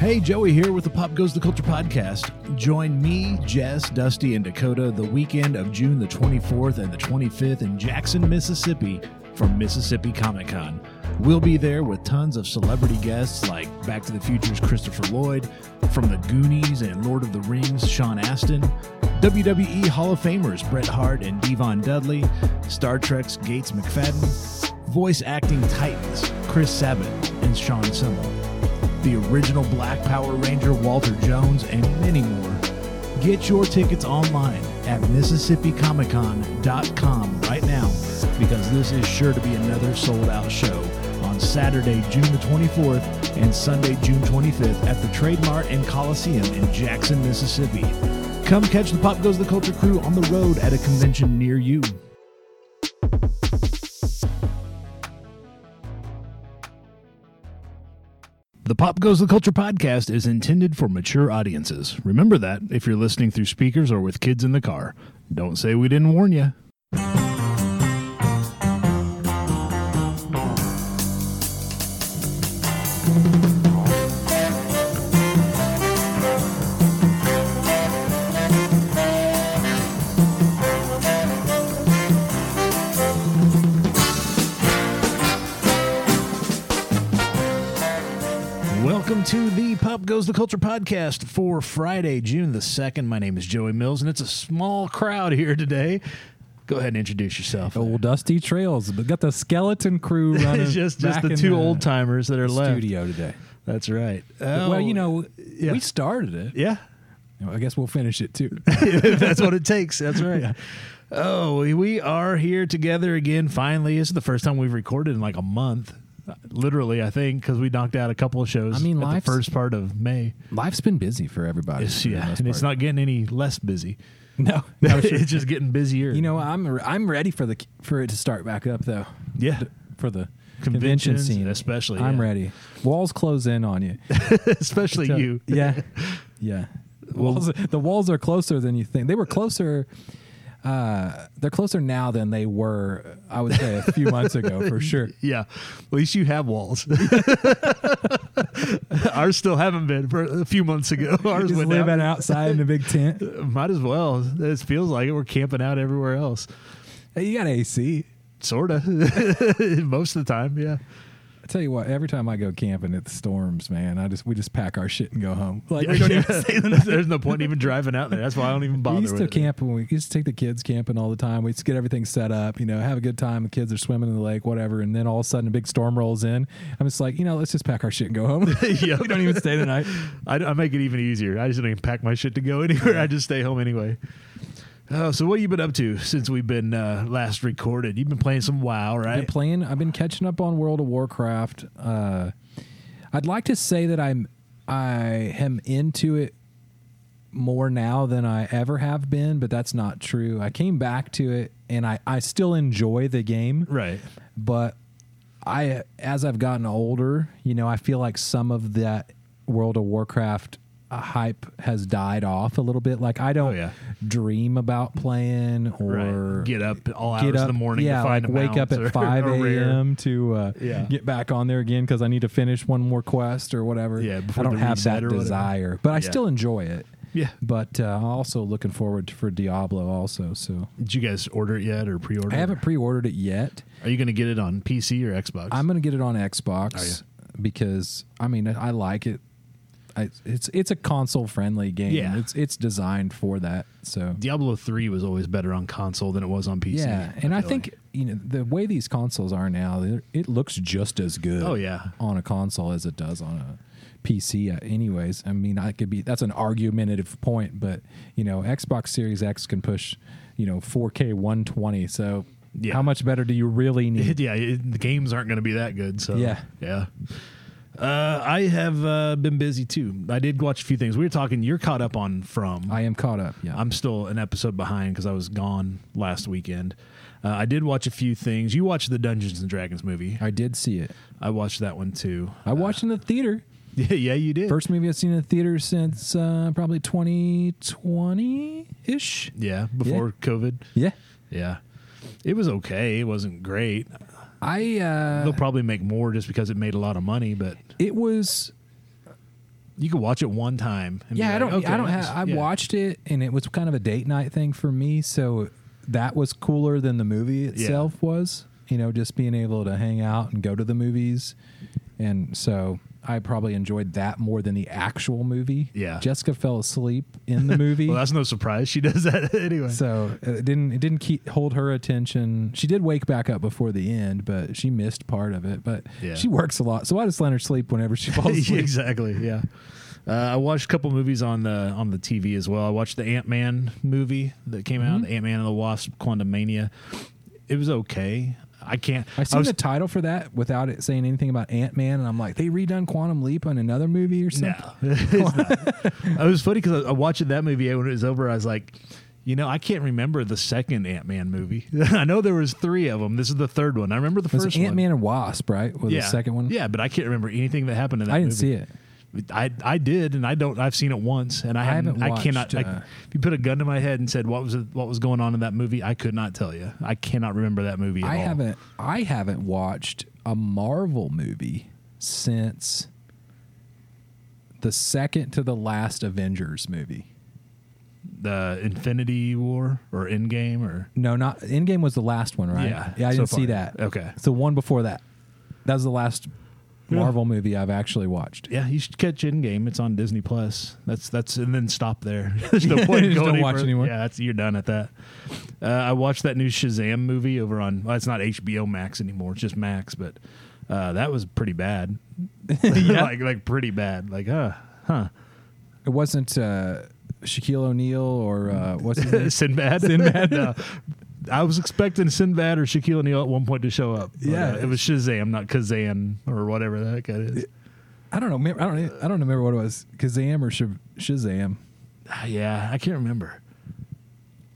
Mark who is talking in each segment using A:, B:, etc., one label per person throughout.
A: Hey, Joey here with the Pop Goes the Culture podcast. Join me, Jess, Dusty, and Dakota the weekend of June the 24th and the 25th in Jackson, Mississippi for Mississippi Comic Con. We'll be there with tons of celebrity guests like Back to the Future's Christopher Lloyd, from the Goonies and Lord of the Rings, Sean Astin, WWE Hall of Famers Bret Hart and Devon Dudley, Star Trek's Gates McFadden, voice acting titans Chris Sabat and Sean Simmel the original Black Power Ranger Walter Jones, and many more. Get your tickets online at MississippiComicCon.com right now because this is sure to be another sold out show on Saturday, June the 24th and Sunday, June 25th at the Trademark and Coliseum in Jackson, Mississippi. Come catch the Pop Goes the Culture crew on the road at a convention near you. The Pop Goes the Culture podcast is intended for mature audiences. Remember that if you're listening through speakers or with kids in the car. Don't say we didn't warn you. Welcome to the Pop Goes the Culture podcast for Friday, June the 2nd. My name is Joey Mills, and it's a small crowd here today. Go ahead and introduce yourself.
B: old dusty trails. But got the skeleton crew running.
A: It's just just
B: back
A: the
B: in
A: two old timers that are left.
B: studio today.
A: That's right.
B: well, you know,
A: yeah.
B: we started it.
A: yeah,
B: I guess we'll finish it too.
A: that's what it takes. That's right. Oh, we- we are here together again. Finally, this is the first time we've recorded in like a month, literally. I think because we knocked out a couple of shows.
B: I mean,
A: at the
B: life's-
A: first part of May.
B: Life's been busy for everybody.
A: It's,
B: for the
A: yeah,
B: most
A: and it's
B: part.
A: not getting any less busy.
B: No, no, sure.
A: it's just getting busier.
B: you know, I'm re- I'm ready for the for it to start back up though.
A: Yeah.
B: D- for the convention
A: Conventions,
B: scene
A: especially,
B: I'm
A: yeah.
B: ready. Walls close in on you.
A: especially
B: So-
A: you.
B: Yeah. Yeah. walls, the walls are closer than you think. They were closer. Uh, they're closer now than they were, I would say, a few months ago for sure.
A: Yeah, at least you have walls. Ours still haven't been for a few months ago. Ours
B: Just
A: went
B: living
A: out.
B: outside in a big tent.
A: Might as well. It feels like it. We're camping out everywhere else,
B: Hey, you got AC.
A: sort of. Most of the time, yeah.
B: I tell you what, every time I go camping, it storms, man. I just we just pack our shit and go home. Like we don't even stay the night.
A: There's no point in even driving out there. That's why I don't even bother.
B: We used to
A: with it.
B: camp when we we used to take the kids camping all the time. We used to get everything set up, you know, have a good time. The kids are swimming in the lake, whatever. And then all of a sudden, a big storm rolls in. I'm just like, you know, let's just pack our shit and go home.
A: Yeah.
B: we don't even stay the night.
A: I, I make it even easier. I just don't even pack my shit to go anywhere. I just stay home anyway. Oh, so what have you been up to since we've been uh, last recorded? You've been playing some WoW,
B: I've been
A: right?
B: playing. I've been catching up on World of Warcraft. Uh, I'd like to say that I'm I am into it more now than I ever have been, but that's not true. I came back to it, and I I still enjoy the game
A: right.
B: but I as I've gotten older, you know, I feel like some of that World of Warcraft hype has died off a little bit. Like I don't
A: Oh, yeah.
B: dream about playing or
A: Right. Get up all hours of the morning to
B: Yeah,
A: find
B: like
A: a
B: wake
A: mount
B: up at
A: or-
B: five
A: or rare.
B: a.m. to uh,
A: Yeah.
B: get back on there again because I need to finish one more quest or whatever.
A: Yeah,
B: I
A: before
B: don't
A: the
B: have
A: reset
B: that
A: or whatever.
B: desire, but I
A: Yeah.
B: still enjoy it.
A: Yeah.
B: But uh, I'm also looking forward to, for Diablo also. So
A: Did you guys order it yet or pre-order?
B: I
A: it?
B: haven't pre-ordered it yet.
A: Are you going to get it on PC or Xbox?
B: I'm gonna get it on Xbox
A: Are
B: because I mean I like it. I, it's it's a console friendly game.
A: Yeah.
B: It's it's designed for that. So
A: Diablo three was always better on console than it was on PC.
B: yeah, and I,
A: feel
B: think
A: like.
B: you know the way these consoles are now, they're- it looks just as good.
A: Oh, yeah.
B: on a console as it does on a PC. uh, Anyways, I mean I could be that's an argumentative point, but you know Xbox Series X can push you know 4K 120. So
A: Yeah.
B: how much better do you really need?
A: yeah, it, the games aren't going to be that good. So
B: Yeah.
A: yeah. Uh, I have uh, been busy too. I did watch a few things. We were talking. You're caught up on From.
B: I am caught up. Yeah,
A: I'm still an episode behind because I was gone last weekend. Uh, I did watch a few things. You watched the Dungeons and Dragons movie.
B: I did see it.
A: I watched that one too.
B: I watched in the theater.
A: Yeah, yeah, you did.
B: Uh, First movie I've seen in the theater since uh, probably 2020 ish.
A: yeah, before COVID.
B: Yeah.
A: Yeah. It was okay. It wasn't great.
B: I,
A: They'll
B: uh,
A: probably make more just because it made a lot of money, but
B: it was
A: You could watch it one time. And be
B: Yeah, I
A: like,
B: don't.
A: okay,
B: I don't
A: that's-
B: have. I
A: yeah.
B: watched it, and it was kind of a date night thing for me. So that was cooler than the movie itself was. You know, just being able to hang out and go to the movies, and so I probably enjoyed that more than the actual movie.
A: Yeah.
B: Jessica fell asleep in the movie.
A: Well, that's no surprise. She does that anyway.
B: so it didn't it didn't keep, hold her attention. She did wake back up before the end, but she missed part of it. But
A: Yeah.
B: she works a lot, so I just let her sleep whenever she falls
A: Yeah,
B: asleep.
A: exactly. Yeah. Uh, I watched a couple movies on the on the TV as well. I watched the Ant Man movie that came
B: Mm-hmm.
A: out, the Ant Man and the Wasp: Quantumania. It was okay. I can't.
B: I seen
A: was-
B: the title for that without it saying anything about Ant Man, and I'm like, they redone Quantum Leap on another movie or something.
A: No, it's not. it was funny because I, I watching that movie and when it was over. I was like, you know, I can't remember the second Ant Man movie. I know there was three of them. This is the third one. I remember the
B: It was
A: first
B: Ant
A: one.
B: Man and Wasp, right? Was
A: Yeah,
B: the second one?
A: Yeah, but I can't remember anything that happened in that.
B: I didn't
A: movie.
B: see it.
A: I I did, and I don't. I've seen it once, and I, haven't.
B: haven't
A: I cannot.
B: watched,
A: I,
B: uh,
A: if you put a gun to my head and said what was it- what was going on in that movie, I could not tell you. I cannot remember that movie. At
B: I
A: all.
B: haven't. I haven't watched a Marvel movie since the second to the last Avengers movie.
A: the Infinity War or Endgame or
B: No, not Endgame was the last one, right?
A: Yeah,
B: I
A: so
B: didn't
A: far.
B: see that.
A: Okay.
B: it's the one before that. That was the last
A: Yeah.
B: Marvel movie I've actually watched.
A: yeah, you should catch Endgame. It's on Disney Plus. That's that's and then stop there. There's no point in going
B: Just don't
A: any
B: watch
A: further.
B: anymore.
A: Yeah, that's you're done at that. Uh, I watched that new Shazam movie over on. Well, it's not HBO Max anymore. It's just Max, but uh, that was pretty bad. like like pretty bad. Like huh huh.
B: It wasn't uh, Shaquille O'Neal or uh, what's his name?
A: Sinbad. Sinbad. uh, I was expecting Sinbad or Shaquille O'Neal at one point to show up. but,
B: Yeah.
A: uh, it was Shazam, not Kazan or whatever that guy is.
B: I don't know. mem- I don't. I don't remember what it was. Kazam or Shaz- Shazam.
A: Ah, yeah, I can't remember.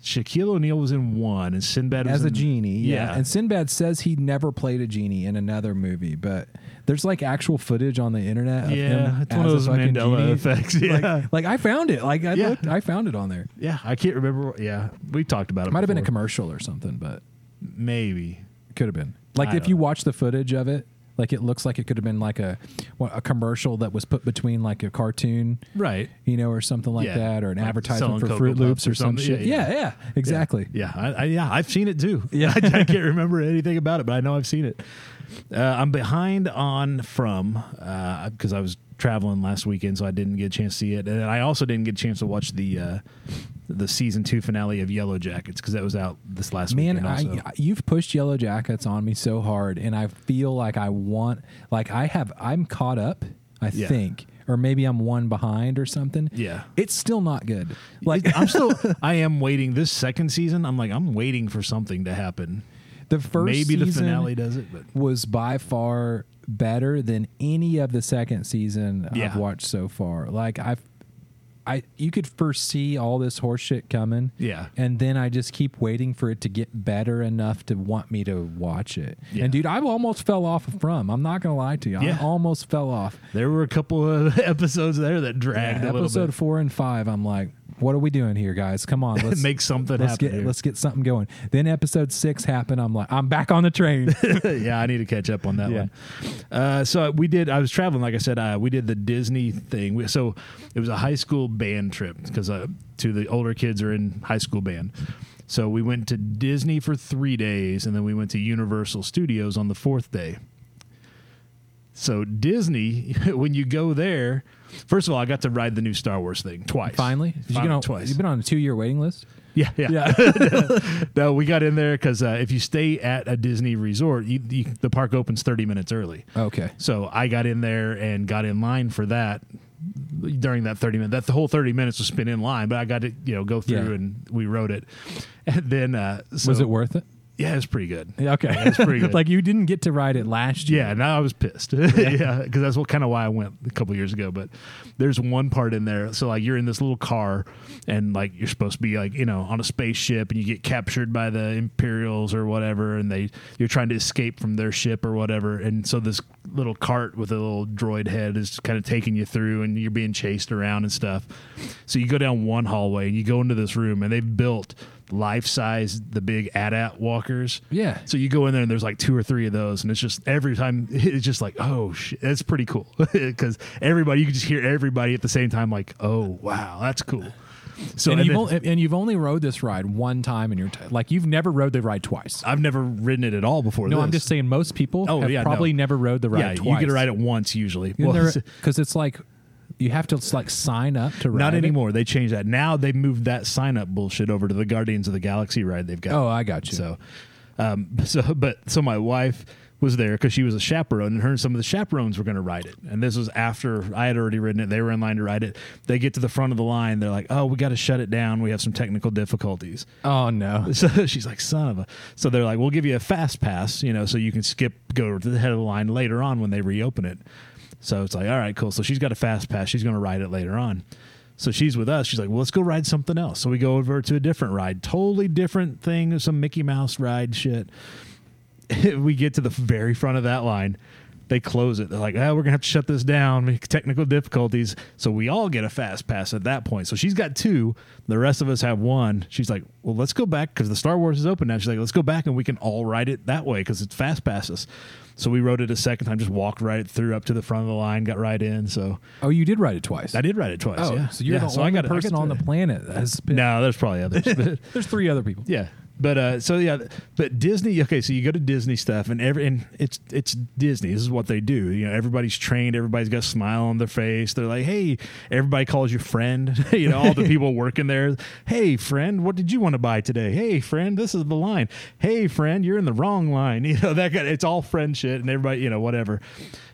A: Shaquille O'Neal was in one, and Sinbad was
B: As a
A: in-
B: genie, yeah.
A: yeah.
B: And Sinbad says he never played a genie in another movie, but there's like actual footage on the internet. Of
A: Yeah,
B: him
A: it's one
B: as
A: of
B: a
A: those
B: fucking
A: Mandela
B: genie.
A: effects. Yeah,
B: Like, like, I found it. Like I
A: Yeah.
B: looked, I found it on there.
A: yeah, I can't remember. Yeah, we talked about it.
B: It might have been a
A: before.
B: commercial or something, but
A: Maybe.
B: could have been. Like
A: I
B: if
A: don't
B: you
A: know.
B: watch the footage of it, like it looks like it could have been like a what, a commercial that was put between like a cartoon
A: Right.
B: you know, or something like
A: Yeah,
B: that, or an
A: like selling
B: advertisement for
A: Cocoa
B: Fruit
A: Puffs
B: Loops
A: or
B: or, some
A: something.
B: shit.
A: Yeah, yeah.
B: Yeah, yeah, exactly.
A: Yeah, I, I, yeah, I've seen it too.
B: Yeah.
A: I, I can't remember anything about it, but I know I've seen it. Uh, I'm behind on from because I was traveling last weekend, so I didn't get a chance to see it, and I also didn't get a chance to watch the uh, the season two finale of Yellow Jackets because that was out this last
B: Man,
A: weekend. Also.
B: I, you've pushed Yellow Jackets on me so hard, and I feel like I want, like I have, I'm caught up, I
A: Yeah.
B: think, or maybe I'm one behind or something.
A: Yeah.
B: it's still not good. Like
A: I'm still, I am waiting this second season. I'm like, I'm waiting for something to happen.
B: the first
A: Maybe the
B: season
A: finale does it, but
B: was by far better than any of the second season
A: Yeah.
B: I've watched so far. Like I've. I you could foresee all this horseshit coming,
A: Yeah.
B: and then I just keep waiting for it to get better enough to want me to watch it.
A: Yeah.
B: And dude, I almost fell off from. I'm not gonna lie to you,
A: Yeah.
B: I almost fell off.
A: there were a couple of episodes there that dragged a little
B: episode
A: bit.
B: four and five, I'm like, what are we doing here, guys? Come on, let's
A: Make something
B: Let's
A: happen
B: get
A: here.
B: let's get something going. Then episode six happened. I'm like, I'm back on the train.
A: yeah, I need to catch up on that
B: Yeah.
A: one. Uh, so we did. I was traveling, like I said. Uh, we did the Disney thing. We, so it was a high school band trip because uh, two of the older kids are in high school band. So we went to Disney for three days, and then we went to Universal Studios on the fourth day. So Disney, when you go there, first of all, I got to ride the new Star Wars thing twice.
B: Finally, Did you get on-
A: twice.
B: You've been on a two year waiting list.
A: Yeah, yeah. no, we got in there because uh, if you stay at a Disney resort, you, you, the park opens 30 minutes early.
B: Okay.
A: So I got in there and got in line for that during that 30 minutes. That the whole 30 minutes was spent in line, but I got to, you know, go through
B: Yeah.
A: and we rode it. And then, uh, so,
B: was it worth it?
A: Yeah, it was pretty good.
B: Yeah, okay.
A: that's pretty good.
B: like you didn't get to ride it last year.
A: Yeah, now I was pissed. yeah, because that's what kind of why I went a couple years ago. But there's one part in there. So like you're in this little car, and like you're supposed to be like you know on a spaceship, and you get captured by the Imperials or whatever, and they you're trying to escape from their ship or whatever. And so this little cart with a little droid head is kind of taking you through, and you're being chased around and stuff. So you go down one hallway, and you go into this room, and they've built life size, the big AT-AT walkers.
B: Yeah.
A: So you go in there and there's like two or three of those, and it's just every time it's just like, oh, shit, that's pretty cool because everybody you can just hear everybody at the same time, like, oh, wow, that's cool. So
B: and,
A: and
B: you've
A: then-
B: only, and you've only rode this ride one time in your t- like you've never rode the ride twice.
A: I've never ridden it at all before.
B: No,
A: this.
B: I'm just saying most people
A: Oh,
B: have
A: yeah,
B: probably
A: no.
B: never rode the ride
A: yeah,
B: twice.
A: you get to ride it once usually. Well,
B: because it's like you have to like sign up to ride.
A: not
B: it.
A: anymore. They changed that. Now they moved that sign up bullshit over to the Guardians of the Galaxy ride they've got.
B: Oh, I got you.
A: So, um, so but so my wife was there because she was a chaperone, and her and some of the chaperones were going to ride it. And this was after I had already ridden it; they were in line to ride it. They get to the front of the line, they're like, "Oh, we got to shut it down. We have some technical difficulties."
B: Oh no.
A: So she's like, "Son of a." So they're like, "We'll give you a fast pass, you know, so you can skip go to the head of the line later on when they reopen it." So it's like, "All right, cool." So she's got a fast pass. She's going to ride it later on. So she's with us. She's like, "Well, let's go ride something else." So we go over to a different ride, totally different thing, some Mickey Mouse ride shit. we get to the very front of that line. They close it. They're like, oh, we're going to have to shut this down. Technical difficulties. So we all get a fast pass at that point. So she's got two. The rest of us have one. She's like, well, let's go back because the Star Wars is open now. She's like, let's go back and we can all ride it that way because it's fast passes. So we rode it a second time, just walked right through up to the front of the line, got right in. So
B: Oh, you did ride it twice.
A: I did ride it twice.
B: Oh,
A: yeah.
B: so you're
A: Yeah,
B: the
A: so I
B: only
A: got- I got
B: person
A: to-
B: on the planet that has been.
A: No, there's probably others. but-
B: There's three other people.
A: Yeah. But uh, so yeah, but Disney. Okay, so you go to Disney stuff, and every and it's it's Disney. This is what they do. You know, everybody's trained. Everybody's got a smile on their face. They're like, hey, everybody calls you friend. you know, all the people working there. Hey, friend, what did you want to buy today? Hey, friend, this is the line. Hey, friend, you're in the wrong line. You know that kind. It's all friend shit, and everybody, you know, whatever.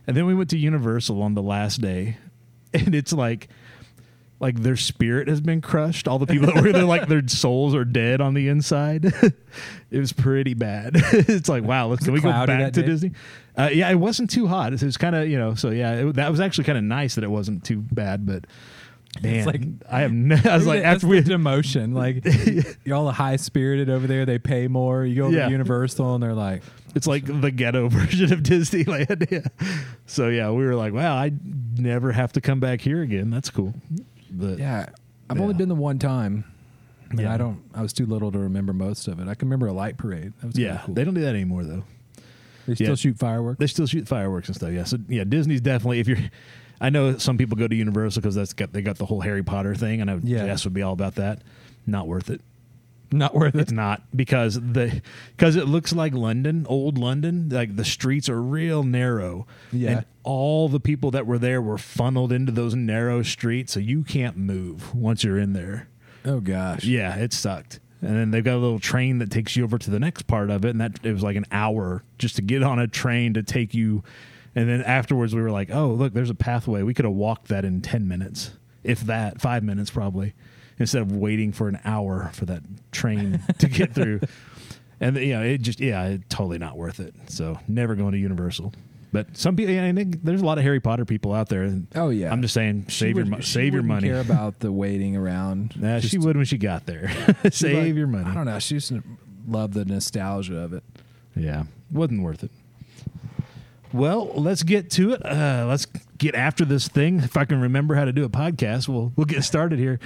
A: And then we went to Universal on the last day, and it's like like their spirit has been crushed. All the people that were there, like their souls are dead on the inside. it was pretty bad. it's like, wow, let's can we go
B: cloudy
A: back
B: that
A: to
B: day?
A: Disney? Uh, yeah, it wasn't too hot. It was kind of you know, so yeah, it, that was actually kind of nice that it wasn't too bad. But man,
B: like-
A: I have, n- I was like,
B: That's
A: after we,
B: the demotion, like you're all high spirited over there. They pay more. You go over
A: Yeah.
B: to Universal, and they're like,
A: it's like the ghetto version of Disneyland. yeah. So yeah, we were like, wow, I never have to come back here again. That's cool. But
B: "Yeah, I've only
A: Yeah.
B: been the one time." And
A: Yeah.
B: I don't. I was too little to remember most of it. I can remember a light parade. That was kinda
A: yeah,
B: cool.
A: they don't do that anymore though.
B: They still
A: yeah.
B: shoot fireworks.
A: They still shoot fireworks and stuff. Yeah. So yeah, Disney's definitely if you're. I know some people go to Universal because that's got they got the whole Harry Potter thing, and I
B: Yeah.
A: Jess would be all about that. Not worth it.
B: Not worth it.
A: It's not because the because it looks like London, old London. Like the streets are real narrow.
B: Yeah.
A: And all the people that were there were funneled into those narrow streets, so you can't move once you're in there.
B: Oh gosh.
A: Yeah, it sucked. And then they've got a little train that takes you over to the next part of it, and that it was like an hour just to get on a train to take you. And then afterwards, we were like, "Oh, look, there's a pathway. We could have walked that in ten minutes, if that, five minutes probably, instead of waiting for an hour for that train to get through." And you know, it just yeah, it, totally not worth it. So never going to Universal. But some people, yeah, I think there's a lot of Harry Potter people out there. And
B: Oh, yeah.
A: I'm just saying,
B: She
A: save your
B: would-
A: mo-
B: she
A: save your
B: wouldn't
A: money.
B: Care about the waiting around.
A: Nah, she
B: Just-
A: would when she got there.
B: she'd
A: Save
B: like-
A: your money.
B: I don't know. She just loved the nostalgia of it.
A: Yeah, wasn't worth it. Well, let's get to it. Uh, let's get after this thing. If I can remember how to do a podcast, we'll we'll get started here.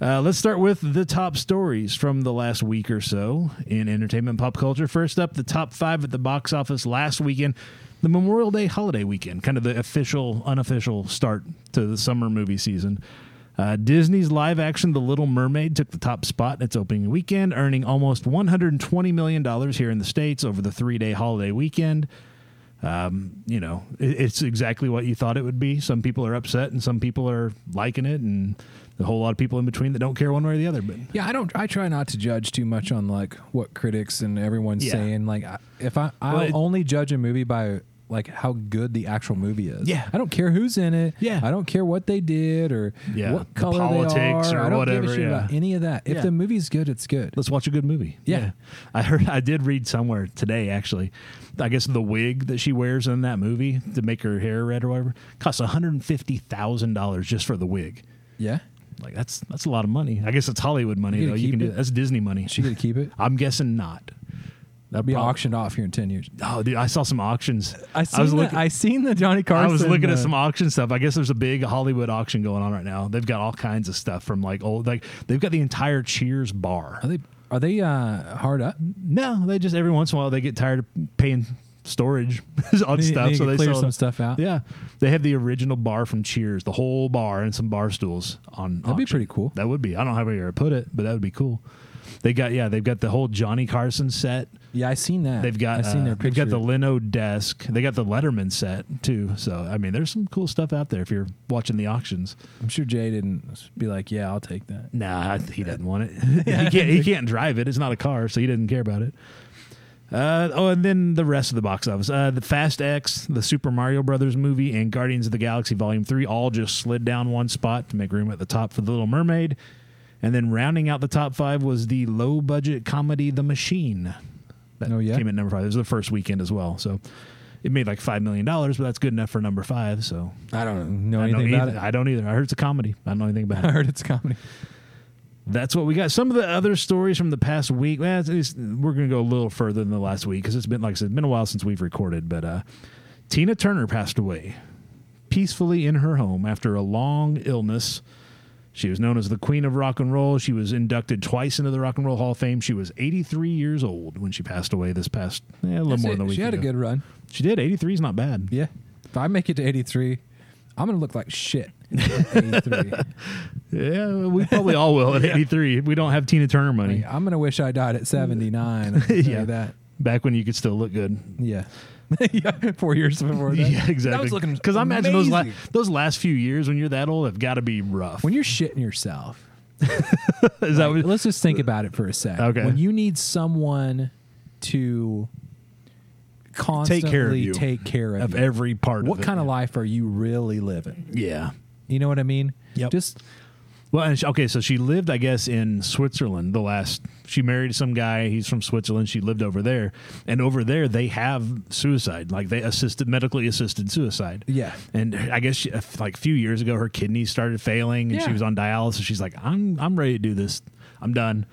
A: Uh, let's start with the top stories from the last week or so in entertainment pop culture. First up, the top five at the box office last weekend, the Memorial Day holiday weekend, kind of the official, unofficial start to the summer movie season. Uh, Disney's live action The Little Mermaid took the top spot in its opening weekend, earning almost $120 million here in the States over the three day holiday weekend. Um, you know, it, it's exactly what you thought it would be. Some people are upset and some people are liking it, and a whole lot of people in between that don't care one way or the other. But
B: Yeah, I don't. I try not to judge too much on like what critics and everyone's
A: Yeah.
B: saying. Like, I, if I I
A: Well, it-
B: only judge a movie by like how good the actual movie is.
A: Yeah.
B: I don't care who's in it.
A: Yeah.
B: I don't care what they did or
A: Yeah,
B: what
A: the
B: color
A: politics
B: they
A: or
B: are. I don't
A: whatever,
B: give a shit
A: yeah.
B: about any of that. If
A: Yeah.
B: the movie's good, it's good.
A: let's watch a good movie.
B: Yeah.
A: I heard, I did read somewhere today, actually. I guess the wig that she wears in that movie to make her hair red or whatever costs $150,000 just for the wig.
B: Yeah,
A: Like that's that's a lot of money. I guess it's Hollywood money
B: You
A: though.
B: gonna
A: You
B: keep
A: can do
B: it?
A: that. that's Disney money.
B: she could keep it.
A: I'm guessing not. That'd
B: Be auctioned off here in ten years.
A: Oh, dude, I saw some auctions.
B: I seen
A: was
B: the,
A: looking.
B: I seen the Johnny
A: I
B: Carson.
A: was looking
B: uh,
A: at some auction stuff. I guess there's a big Hollywood auction going on right now. They've got all kinds of stuff from like old, like they've got the entire Cheers bar.
B: Are they? Are they uh, hard up?
A: No, they just every once in a while they get tired of paying storage on
B: Need-
A: stuff,
B: need
A: so
B: to
A: they
B: clear
A: sell
B: some stuff out.
A: Yeah, they have the original bar from Cheers, the whole bar and some bar stools on.
B: That'd be
A: auction.
B: pretty cool.
A: That would be. I don't know how to put it, but that would be cool. They got yeah, they've got the whole Johnny Carson set.
B: Yeah, I seen that.
A: They've got
B: I seen
A: uh,
B: their
A: they've
B: picture.
A: got the Leno desk. They got the Letterman set too. So I mean, there's some cool stuff out there if you're watching the auctions.
B: I'm sure Jay didn't be like, "Yeah, I'll take that."
A: Nah, I- he doesn't want it. he can't. He can't drive it. It's not a car, so he doesn't care about it. Uh, oh, and then the rest of the box office: uh, the Fast X, the Super Mario Brothers movie, and Guardians of the Galaxy Volume Three all just slid down one spot to make room at the top for The Little Mermaid. And then rounding out the top five was the low-budget comedy The Machine. That
B: Oh, yeah?
A: came in number five. It was the first weekend as well, so it made like five million dollars, but that's good enough for number five. So
B: I don't know
A: I don't
B: anything about
A: either-
B: it.
A: I don't either. I heard it's a comedy. I don't know anything about it.
B: I heard it's comedy.
A: That's what we got. Some of the other stories from the past week. Well, it's, it's- we're going to go a little further than the last week because it's been, like I said, it's been a while since we've recorded. But uh, Tina Turner passed away peacefully in her home after a long illness. She was known as the Queen of Rock and Roll. She was inducted twice into the Rock and Roll Hall of Fame. She was 83 years old when she passed away this past, eh, a little more than a week
B: she had a
A: ago.
B: good run.
A: She did. 83 is not bad.
B: Yeah. If I make it to 83, I'm gonna look like shit. at 83.
A: Yeah, we probably all will at 83. We don't have Tina Turner money.
B: I'm gonna wish I died at 79. I can tell
A: Yeah.
B: you that.
A: Back when you could still look good.
B: Yeah. yeah. Four years before that.
A: Yeah, exactly.
B: That was looking
A: Because I imagine those la-
B: amazing.
A: those last few years when you're that old have got to be rough.
B: when you're shitting yourself.
A: Is that what-
B: Let's just think about it for a second.
A: Okay.
B: When you need someone to constantly
A: you.
B: take care of,
A: of
B: you,
A: every part of
B: what
A: it.
B: kind of life are you really living?
A: yeah.
B: You know what I mean?
A: Yep.
B: Just
A: Well, and she, okay, so she lived, I guess, in Switzerland. The last she married some guy. He's from Switzerland. She lived over there, and over there they have suicide, like they assisted medically assisted suicide.
B: Yeah.
A: and I guess she, like a few years ago, her kidneys started failing, and she
B: Yeah.
A: was on dialysis. She's like, I'm I'm ready to do this. I'm done.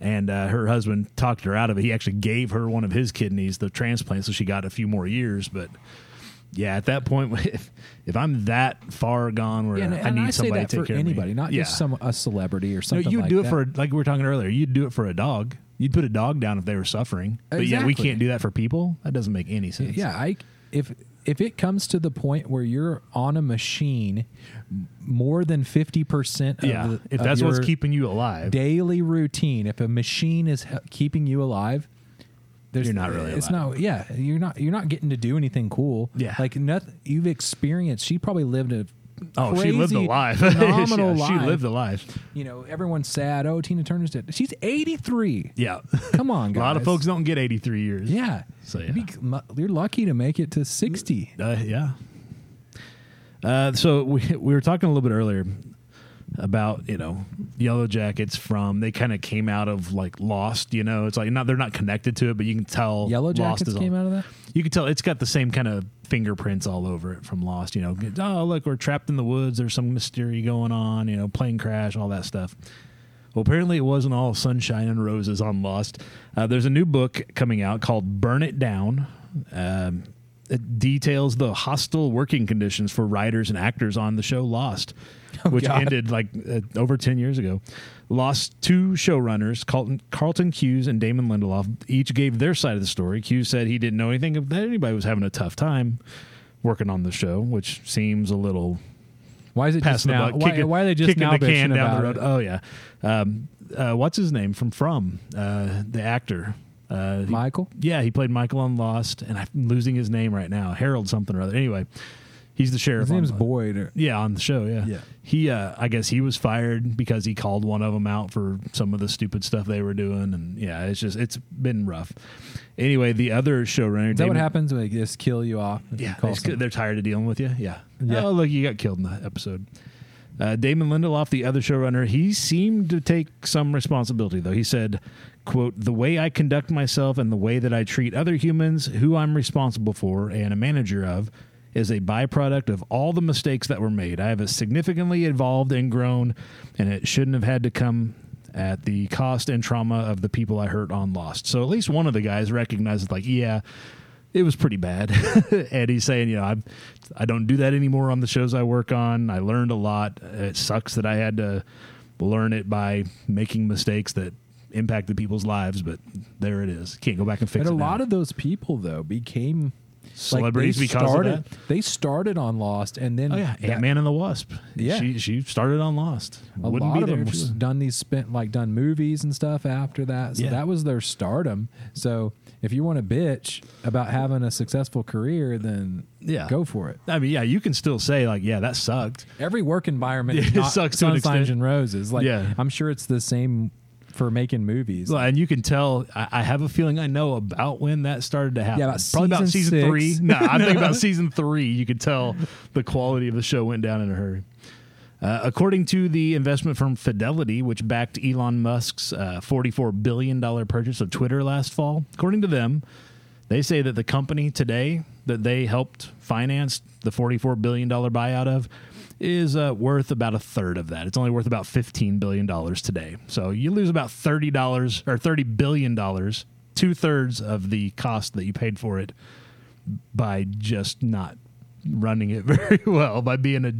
A: And uh, her husband talked her out of it. He actually gave her one of his kidneys, the transplant, so she got a few more years. But yeah, at that point, if, if I'm that far gone, where
B: and,
A: I
B: and
A: need
B: I say
A: somebody
B: that
A: to take
B: for
A: care
B: anybody,
A: of me.
B: not
A: yeah.
B: just some a celebrity or
A: No,
B: something.
A: you'd
B: like
A: do it
B: that.
A: for a- like we were talking earlier. You'd do it for a dog. You'd put a dog down if they were suffering. But yeah, we
B: Exactly.
A: can't do that for people. That doesn't make any sense.
B: yeah. I if if it comes to the point where you're on a machine m- more than fifty percent of
A: yeah.
B: the,
A: if
B: of
A: that's what's
B: your
A: keeping you alive,
B: daily routine, if a machine is he- keeping you alive, there's
A: You're not really
B: It's
A: alive.
B: not. Yeah, you're not. You're not getting to do anything cool.
A: Yeah.
B: like nothing you've experienced. She probably lived a
A: oh, she lived a
B: crazy,
A: life.
B: phenomenal
A: yeah,
B: life.
A: She lived a life.
B: You know, everyone's sad. Oh, Tina Turner's dead. She's eighty three.
A: Yeah.
B: Come on,
A: a
B: guys.
A: lot of folks don't get 83 years.
B: Yeah.
A: So, yeah.
B: You'd Be, mu- you're lucky to make it to 60.
A: Uh, yeah. Uh, so we we were talking a little bit earlier about you know Yellow Jackets from they kind of came out of like Lost. You know, it's like not they're not connected to it, but you can tell
B: Yellow
A: Lost
B: Jackets
A: is
B: came
A: all,
B: out of that?
A: You can tell it's got the same kind of fingerprints all over it from Lost. You know, oh look, we're trapped in the woods. There's some mystery going on. You know, plane crash, all that stuff. Well, apparently it wasn't all sunshine and roses on Lost. Uh, there's a new book coming out called "Burn It Down." Um, it details the hostile working conditions for writers and actors on the show Lost, which
B: God.
A: ended like uh, over 10 years ago. Lost two showrunners, Carlton, Carlton Hughes and Damon Lindelof, each gave their side of the story. Hughes said he didn't know anything of that anybody was having a tough time working on the show, which seems a little
B: Why is it just
A: passing
B: now?
A: the buck,
B: why,
A: kicking,
B: why are they just
A: kicking
B: now
A: the can
B: bitching
A: down the
B: about
A: road?
B: it?
A: Oh yeah, um, uh, what's his name from From uh, the actor? Uh, he-
B: Michael?
A: yeah, he played Michael on Lost, and I'm losing his name right now. Harold something or other. Anyway, he's the sheriff.
B: His name's
A: on,
B: Boyd. Or,
A: yeah, on the show. Yeah,
B: Yeah.
A: He, uh, I guess he was fired because he called one of them out for some of the stupid stuff they were doing, and yeah, it's just it's been rough. Anyway, the other showrunner.
B: is that what
A: Damon-
B: happens when they just kill you off? and
A: yeah,
B: call
A: they
B: some-
A: are tired of dealing with you. Yeah.
B: Yeah.
A: Oh, look, you got killed in that episode. Uh, Damon Lindelof, the other showrunner, he seemed to take some responsibility, though. He said, quote, the way I conduct myself and the way that I treat other humans who I'm responsible for and a manager of is a byproduct of all the mistakes that were made. I have significantly evolved and grown, and it shouldn't have had to come at the cost and trauma of the people I hurt on Lost. So at least one of the guys recognizes, like, yeah, it was pretty bad. and he's saying, you know, I I don't do that anymore on the shows I work on. I learned a lot. It sucks that I had to learn it by making mistakes that impacted people's lives, but there it is. Can't go back and fix
B: And
A: it.
B: a
A: now.
B: lot of those people though became like, they
A: Celebrities because of
B: started,
A: that?
B: They started on Lost, and then
A: oh yeah,
B: that-
A: Ant Man and the Wasp.
B: Yeah.
A: she she started on Lost.
B: a
A: Wouldn't
B: lot
A: be
B: of
A: there
B: them
A: if she
B: s-
A: wasn't.
B: done these spent like done movies and stuff after that. So
A: Yeah.
B: that was their stardom. So if you want to bitch about having a successful career, then
A: Yeah.
B: go for it.
A: I mean, yeah, you can still say like, yeah, that sucked.
B: Every work environment
A: Yeah,
B: is
A: it
B: not
A: sucks to an
B: sunshine
A: extent.
B: and roses. Like
A: Yeah.
B: I'm sure it's the same for making movies.
A: Well, and you can tell. I, I have a feeling I know about when that started to happen.
B: Yeah, about
A: Probably about
B: season
A: season
B: six.
A: three. No, I think about season three. You could tell the quality of the show went down in a hurry. Uh, according to the investment firm Fidelity, which backed Elon Musk's uh, $44 billion purchase of Twitter last fall, according to them, they say that the company today that they helped finance the $44 billion buyout of is uh, worth about a third of that. It's only worth about $15 billion today. So you lose about $30 or $30 billion, two thirds of the cost that you paid for it by just not running it very well, by being a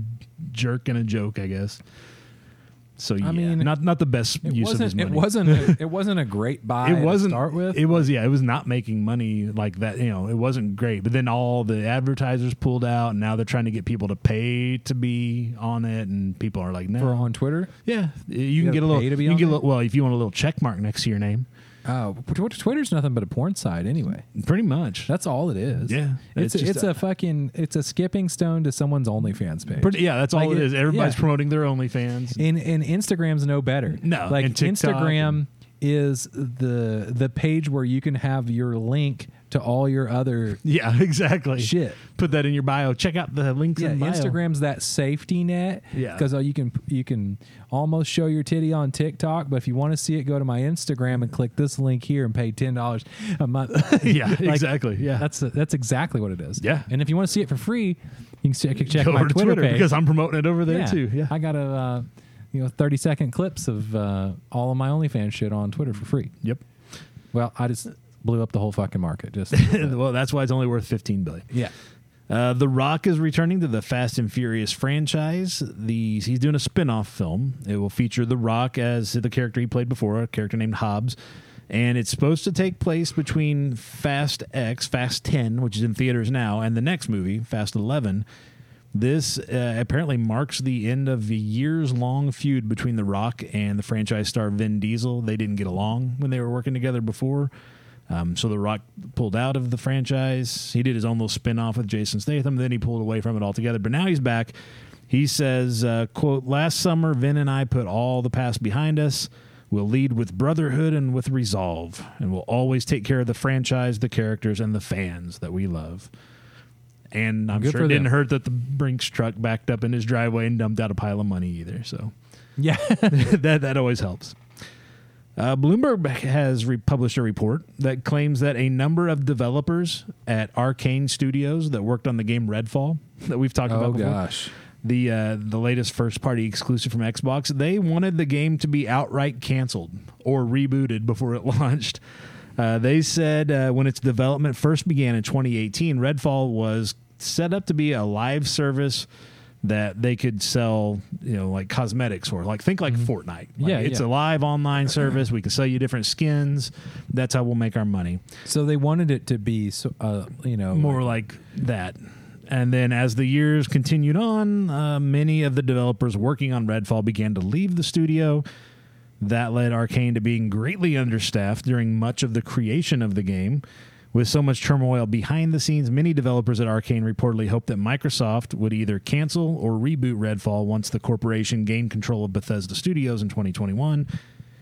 A: jerk and a joke, I guess. So yeah,
B: mean,
A: not not the best
B: it
A: use of his
B: wasn't.
A: money.
B: It wasn't. A, it wasn't a great buy.
A: It wasn't
B: to start with.
A: It was yeah. It was not making money like that. You know, it wasn't great. But then all the advertisers pulled out, and now they're trying to get people to pay to be on it, and people are like, no,
B: for on Twitter.
A: yeah, you, can
B: gotta
A: get a little.
B: pay to be
A: you can
B: on
A: get a
B: it?
A: little, well if you want a little check mark next to your name,
B: Oh, Tw- Twitter's nothing but a porn site anyway.
A: pretty much.
B: That's all it is.
A: Yeah, it's
B: it's a,
A: just
B: it's a, fucking it's a skipping stone to someone's OnlyFans page.
A: Pretty, yeah, that's all
B: Like
A: it
B: it-
A: is. Everybody's
B: yeah.
A: promoting their OnlyFans.
B: and and Instagram's no better.
A: No,
B: like
A: and TikTok
B: Instagram is the the page where you can have your link to all your other.
A: Yeah, exactly.
B: Shit.
A: Put that in your bio. Check out the links
B: Yeah,
A: in bio.
B: Instagram's that safety net.
A: Yeah.
B: because you can you can almost show your titty on TikTok, but if you want to see it, go to my Instagram and click this link here and pay ten dollars a month.
A: Yeah,
B: Like,
A: exactly. Yeah.
B: that's that's exactly what it is.
A: Yeah.
B: and if you want to see it for free, you can check, check
A: Go
B: my
A: over to
B: Twitter,
A: Twitter
B: page
A: because I'm promoting it over there
B: yeah.
A: too. Yeah.
B: I got a uh, you know thirty second clips of uh, all of my OnlyFans shit on Twitter for free.
A: yep.
B: Well, I just blew up the whole fucking market. Just
A: well, that's why it's only worth 15 billion.
B: yeah.
A: Uh, the Rock is returning to the Fast and Furious franchise. The he's doing a spin-off film. It will feature The Rock as the character he played before, a character named Hobbs, and it's supposed to take place between Fast X, Fast 10, which is in theaters now, and the next movie, Fast 11. This uh, apparently marks the end of the years-long feud between The Rock and the franchise star Vin Diesel. They didn't get along when they were working together before. Um, so The Rock pulled out of the franchise. He did his own little spin off with Jason Statham. Then he pulled away from it altogether. But now he's back. He says, uh, "Quote: Last summer, Vin and I put all the past behind us. We'll lead with brotherhood and with resolve, and we'll always take care of the franchise, the characters, and the fans that we love." And I'm
B: Good
A: sure
B: for
A: it didn't
B: them.
A: hurt that the Brinks truck backed up in his driveway and dumped out a pile of money either. So
B: Yeah.
A: Oh, that that always helps. Uh, Bloomberg has re- published a report that claims that a number of developers at Arcane Studios that worked on the game Redfall that we've talked
B: oh
A: about before,
B: gosh.
A: the uh, the latest first party exclusive from Xbox, they wanted the game to be outright canceled or rebooted before it launched. Uh, they said uh, when its development first began in 2018, Redfall was set up to be a live service that they could sell, you know, like cosmetics or like think like Fortnite. Like,
B: Mm-hmm. Yeah,
A: it's
B: yeah.
A: a live online service. We can sell you different skins. That's how we'll make our money
B: So they wanted it to be so uh, you know
A: more like that. And then as the years continued on, uh, many of the developers working on Redfall began to leave the studio. That led Arcane to being greatly understaffed during much of the creation of the game. With so much turmoil behind the scenes, many developers at Arcane reportedly hoped that Microsoft would either cancel or reboot Redfall once the corporation gained control of Bethesda Studios in 2021.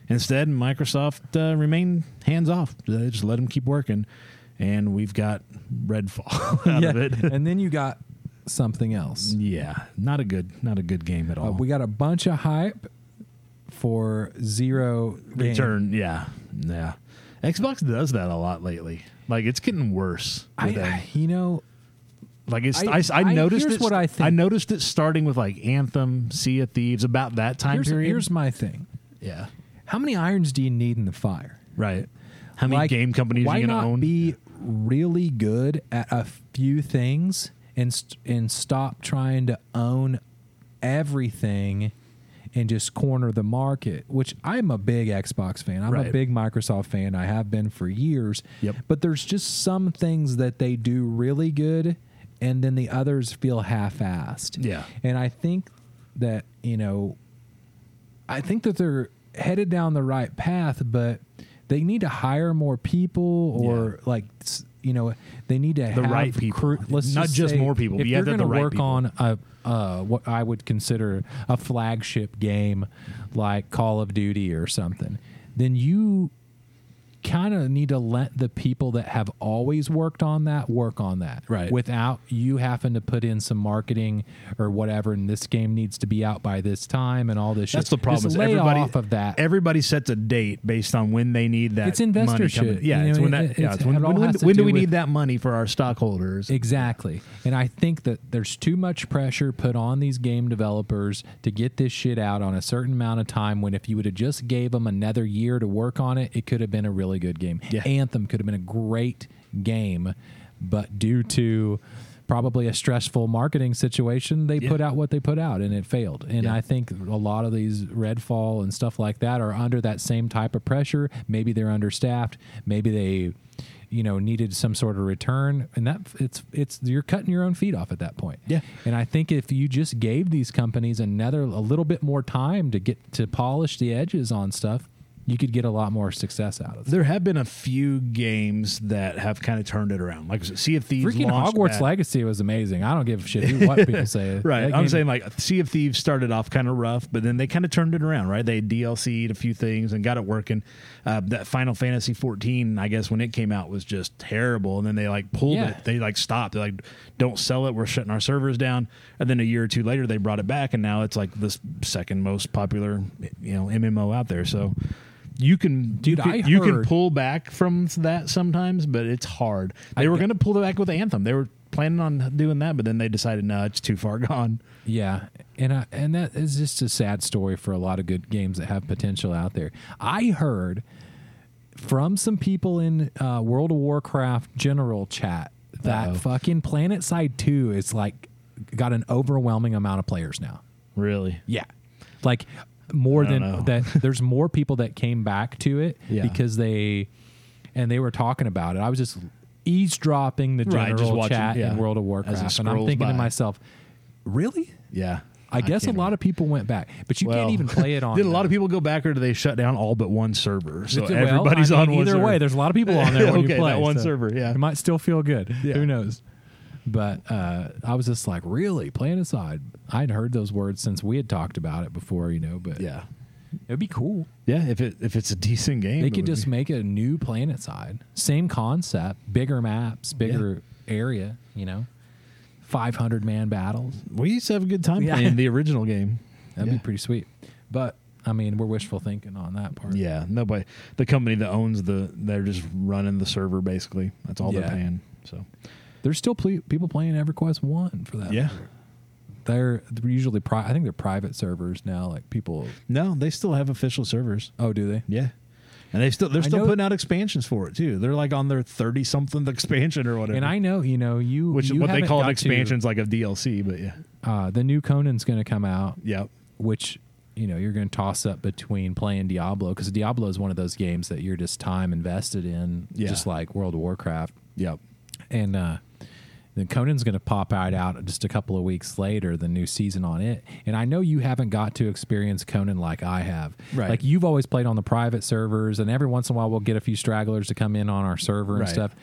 A: Instead, Microsoft uh, remained hands off. They just let them keep working, and we've got Redfall out
B: yeah.
A: of it.
B: and then you got something else.
A: yeah, not a good, not a good game at all.
B: Uh, we got a bunch of hype for zero game.
A: return. Yeah, yeah. Xbox does that a lot lately. Like it's getting worse.
B: I,
A: with them.
B: I- you know
A: like it's.
B: I-
A: I, I,
B: I-
A: noticed. it,
B: here's what I think.
A: noticed it starting with like Anthem, Sea of Thieves, about that time
B: here's,
A: period.
B: here's my thing.
A: yeah,
B: How many irons do you need in the fire?
A: right. How many
B: Like,
A: game companies are
B: why
A: you going
B: not
A: to own?
B: Be really good at a few things and st- and stop trying to own everything and just corner the market, which I'm a big Xbox fan. I'm a
A: Right.
B: big Microsoft fan. I have been for years.
A: Yep.
B: But there's just some things that they do really good and then the others feel half-assed.
A: Yeah.
B: And I think that, you know, I think that they're headed down the right path, but they need to hire more people or like s- you know they need to have
A: right people.
B: let's
A: Not just
B: say
A: more people,
B: If
A: but you have
B: you're
A: to have the
B: gonna
A: right
B: work
A: people.
B: on a uh, what I would consider a flagship game like Call of Duty or something, then you kind of need to let the people that have always worked on that work on that
A: Right.
B: without you having to put in some marketing or whatever and this game needs to be out by this time and all this shit
A: That's the problem.
B: Just
A: is
B: lay
A: everybody
B: off of that
A: Everybody sets a date based on when they need that.
B: It's investor
A: money coming.
B: shit.
A: Yeah,
B: You
A: it's
B: know,
A: when
B: it-
A: that.
B: it's-
A: yeah, it's when,
B: it all
A: when, when,
B: has to
A: when do
B: do
A: we
B: with-
A: need that money for our stockholders?
B: Exactly. And I think that there's too much pressure put on these game developers to get this shit out on a certain amount of time when if you would have just gave them another year to work on it, it could have been a really good game.
A: Yeah.
B: Anthem could have been a great game, but due to probably a stressful marketing situation, they
A: Yeah.
B: put out what they put out and it failed. And
A: Yeah.
B: I think a lot of these Redfall and stuff like that are under that same type of pressure. Maybe they're understaffed. Maybe they, you know, needed some sort of return. And that it's it's you're cutting your own feet off at that point.
A: Yeah.
B: And I think if you just gave these companies another a little bit more time to get to polish the edges on stuff, you could get a lot more success out of it.
A: There have been a few games that have kind of turned it around. Like Sea of Thieves.
B: Freaking
A: launched
B: Hogwarts
A: that.
B: Legacy was amazing. I don't give a shit who, what people say.
A: Right.
B: That
A: I'm
B: game-
A: saying like Sea of Thieves started off kind of rough, but then they kind of turned it around, right? They DLC'd a few things and got it working. Uh, that Final Fantasy 14, I guess when it came out was just terrible, and then they like pulled
B: Yeah.
A: it. They like stopped. They're like, don't sell it. We're shutting our servers down. And then a year or two later, they brought it back, and now it's like the s- second most popular, you know, MMO out there. So. You can,
B: Dude,
A: You can,
B: I
A: you can
B: heard-
A: pull back from that sometimes, but it's hard. They were going to pull back with Anthem. They were planning on doing that, but then they decided, no, it's too far gone.
B: Yeah, and I, and that is just a sad story for a lot of good games that have potential out there. I heard from some people in uh, World of Warcraft general chat that
A: Uh-oh.
B: fucking Planet Side Two is like got an overwhelming amount of players now.
A: Really?
B: Yeah, like more
A: I don't
B: than
A: know.
B: that. There's more people that came back to it
A: Yeah.
B: because they and they were talking about it. I was just eavesdropping the
A: Right,
B: general
A: just watching,
B: chat
A: yeah,
B: in World of
A: as it
B: Warcraft, and I'm
A: scrolls
B: thinking to
A: by.
B: myself, really?
A: Yeah.
B: I guess a lot of people went back, but you can't even play it on.
A: Did a lot of people go back, or do they shut down all but one server? So
B: It's- well,
A: everybody's
B: I mean,
A: on one
B: either
A: server.
B: way. There's a lot of people on there when
A: Okay,
B: you play
A: that one
B: so
A: server, yeah.
B: it might still feel good.
A: Yeah.
B: Who knows? But uh, I was just like, really playing aside. I'd heard those words since we had talked about it before, you know. But
A: yeah.
B: it'd be cool.
A: Yeah. If it if it's a decent game,
B: They
A: it
B: could
A: would
B: just
A: be-
B: make a new planet side, same concept, bigger maps, bigger area. You know, five hundred man battles.
A: we used to have a good time
B: Yeah.
A: playing the original game.
B: That'd
A: Yeah.
B: be pretty sweet. But I mean, we're wishful thinking on that part.
A: Yeah. Nobody. The company that owns the they're just running the server basically. That's all they're
B: Yeah.
A: paying. So.
B: There's still ple- people playing EverQuest One for that.
A: Yeah.
B: matter. they're they're usually pri- I think they're private servers now. Like people.
A: No, they still have official servers.
B: Oh, do they?
A: Yeah. And they still they're
B: I
A: still
B: know-
A: putting out expansions for it too. They're like on their thirty something expansion or whatever.
B: And I know you know you
A: which is
B: you
A: what they
B: haven't
A: call an
B: got
A: expansion, it's like a DLC, but yeah,
B: To, uh, the new Conan's going to come out,
A: yeah,
B: which you know you're going to toss up between playing Diablo because Diablo is one of those games that you're just time invested in,
A: Yeah.
B: just like World of Warcraft.
A: yeah.
B: and uh then Conan's going to pop out out just a couple of weeks later, the new season on it. And I know you haven't got to experience Conan like I have.
A: Right.
B: Like you've always played on the private servers, and every once in a while we'll get a few stragglers to come in on our server and
A: Right.
B: stuff.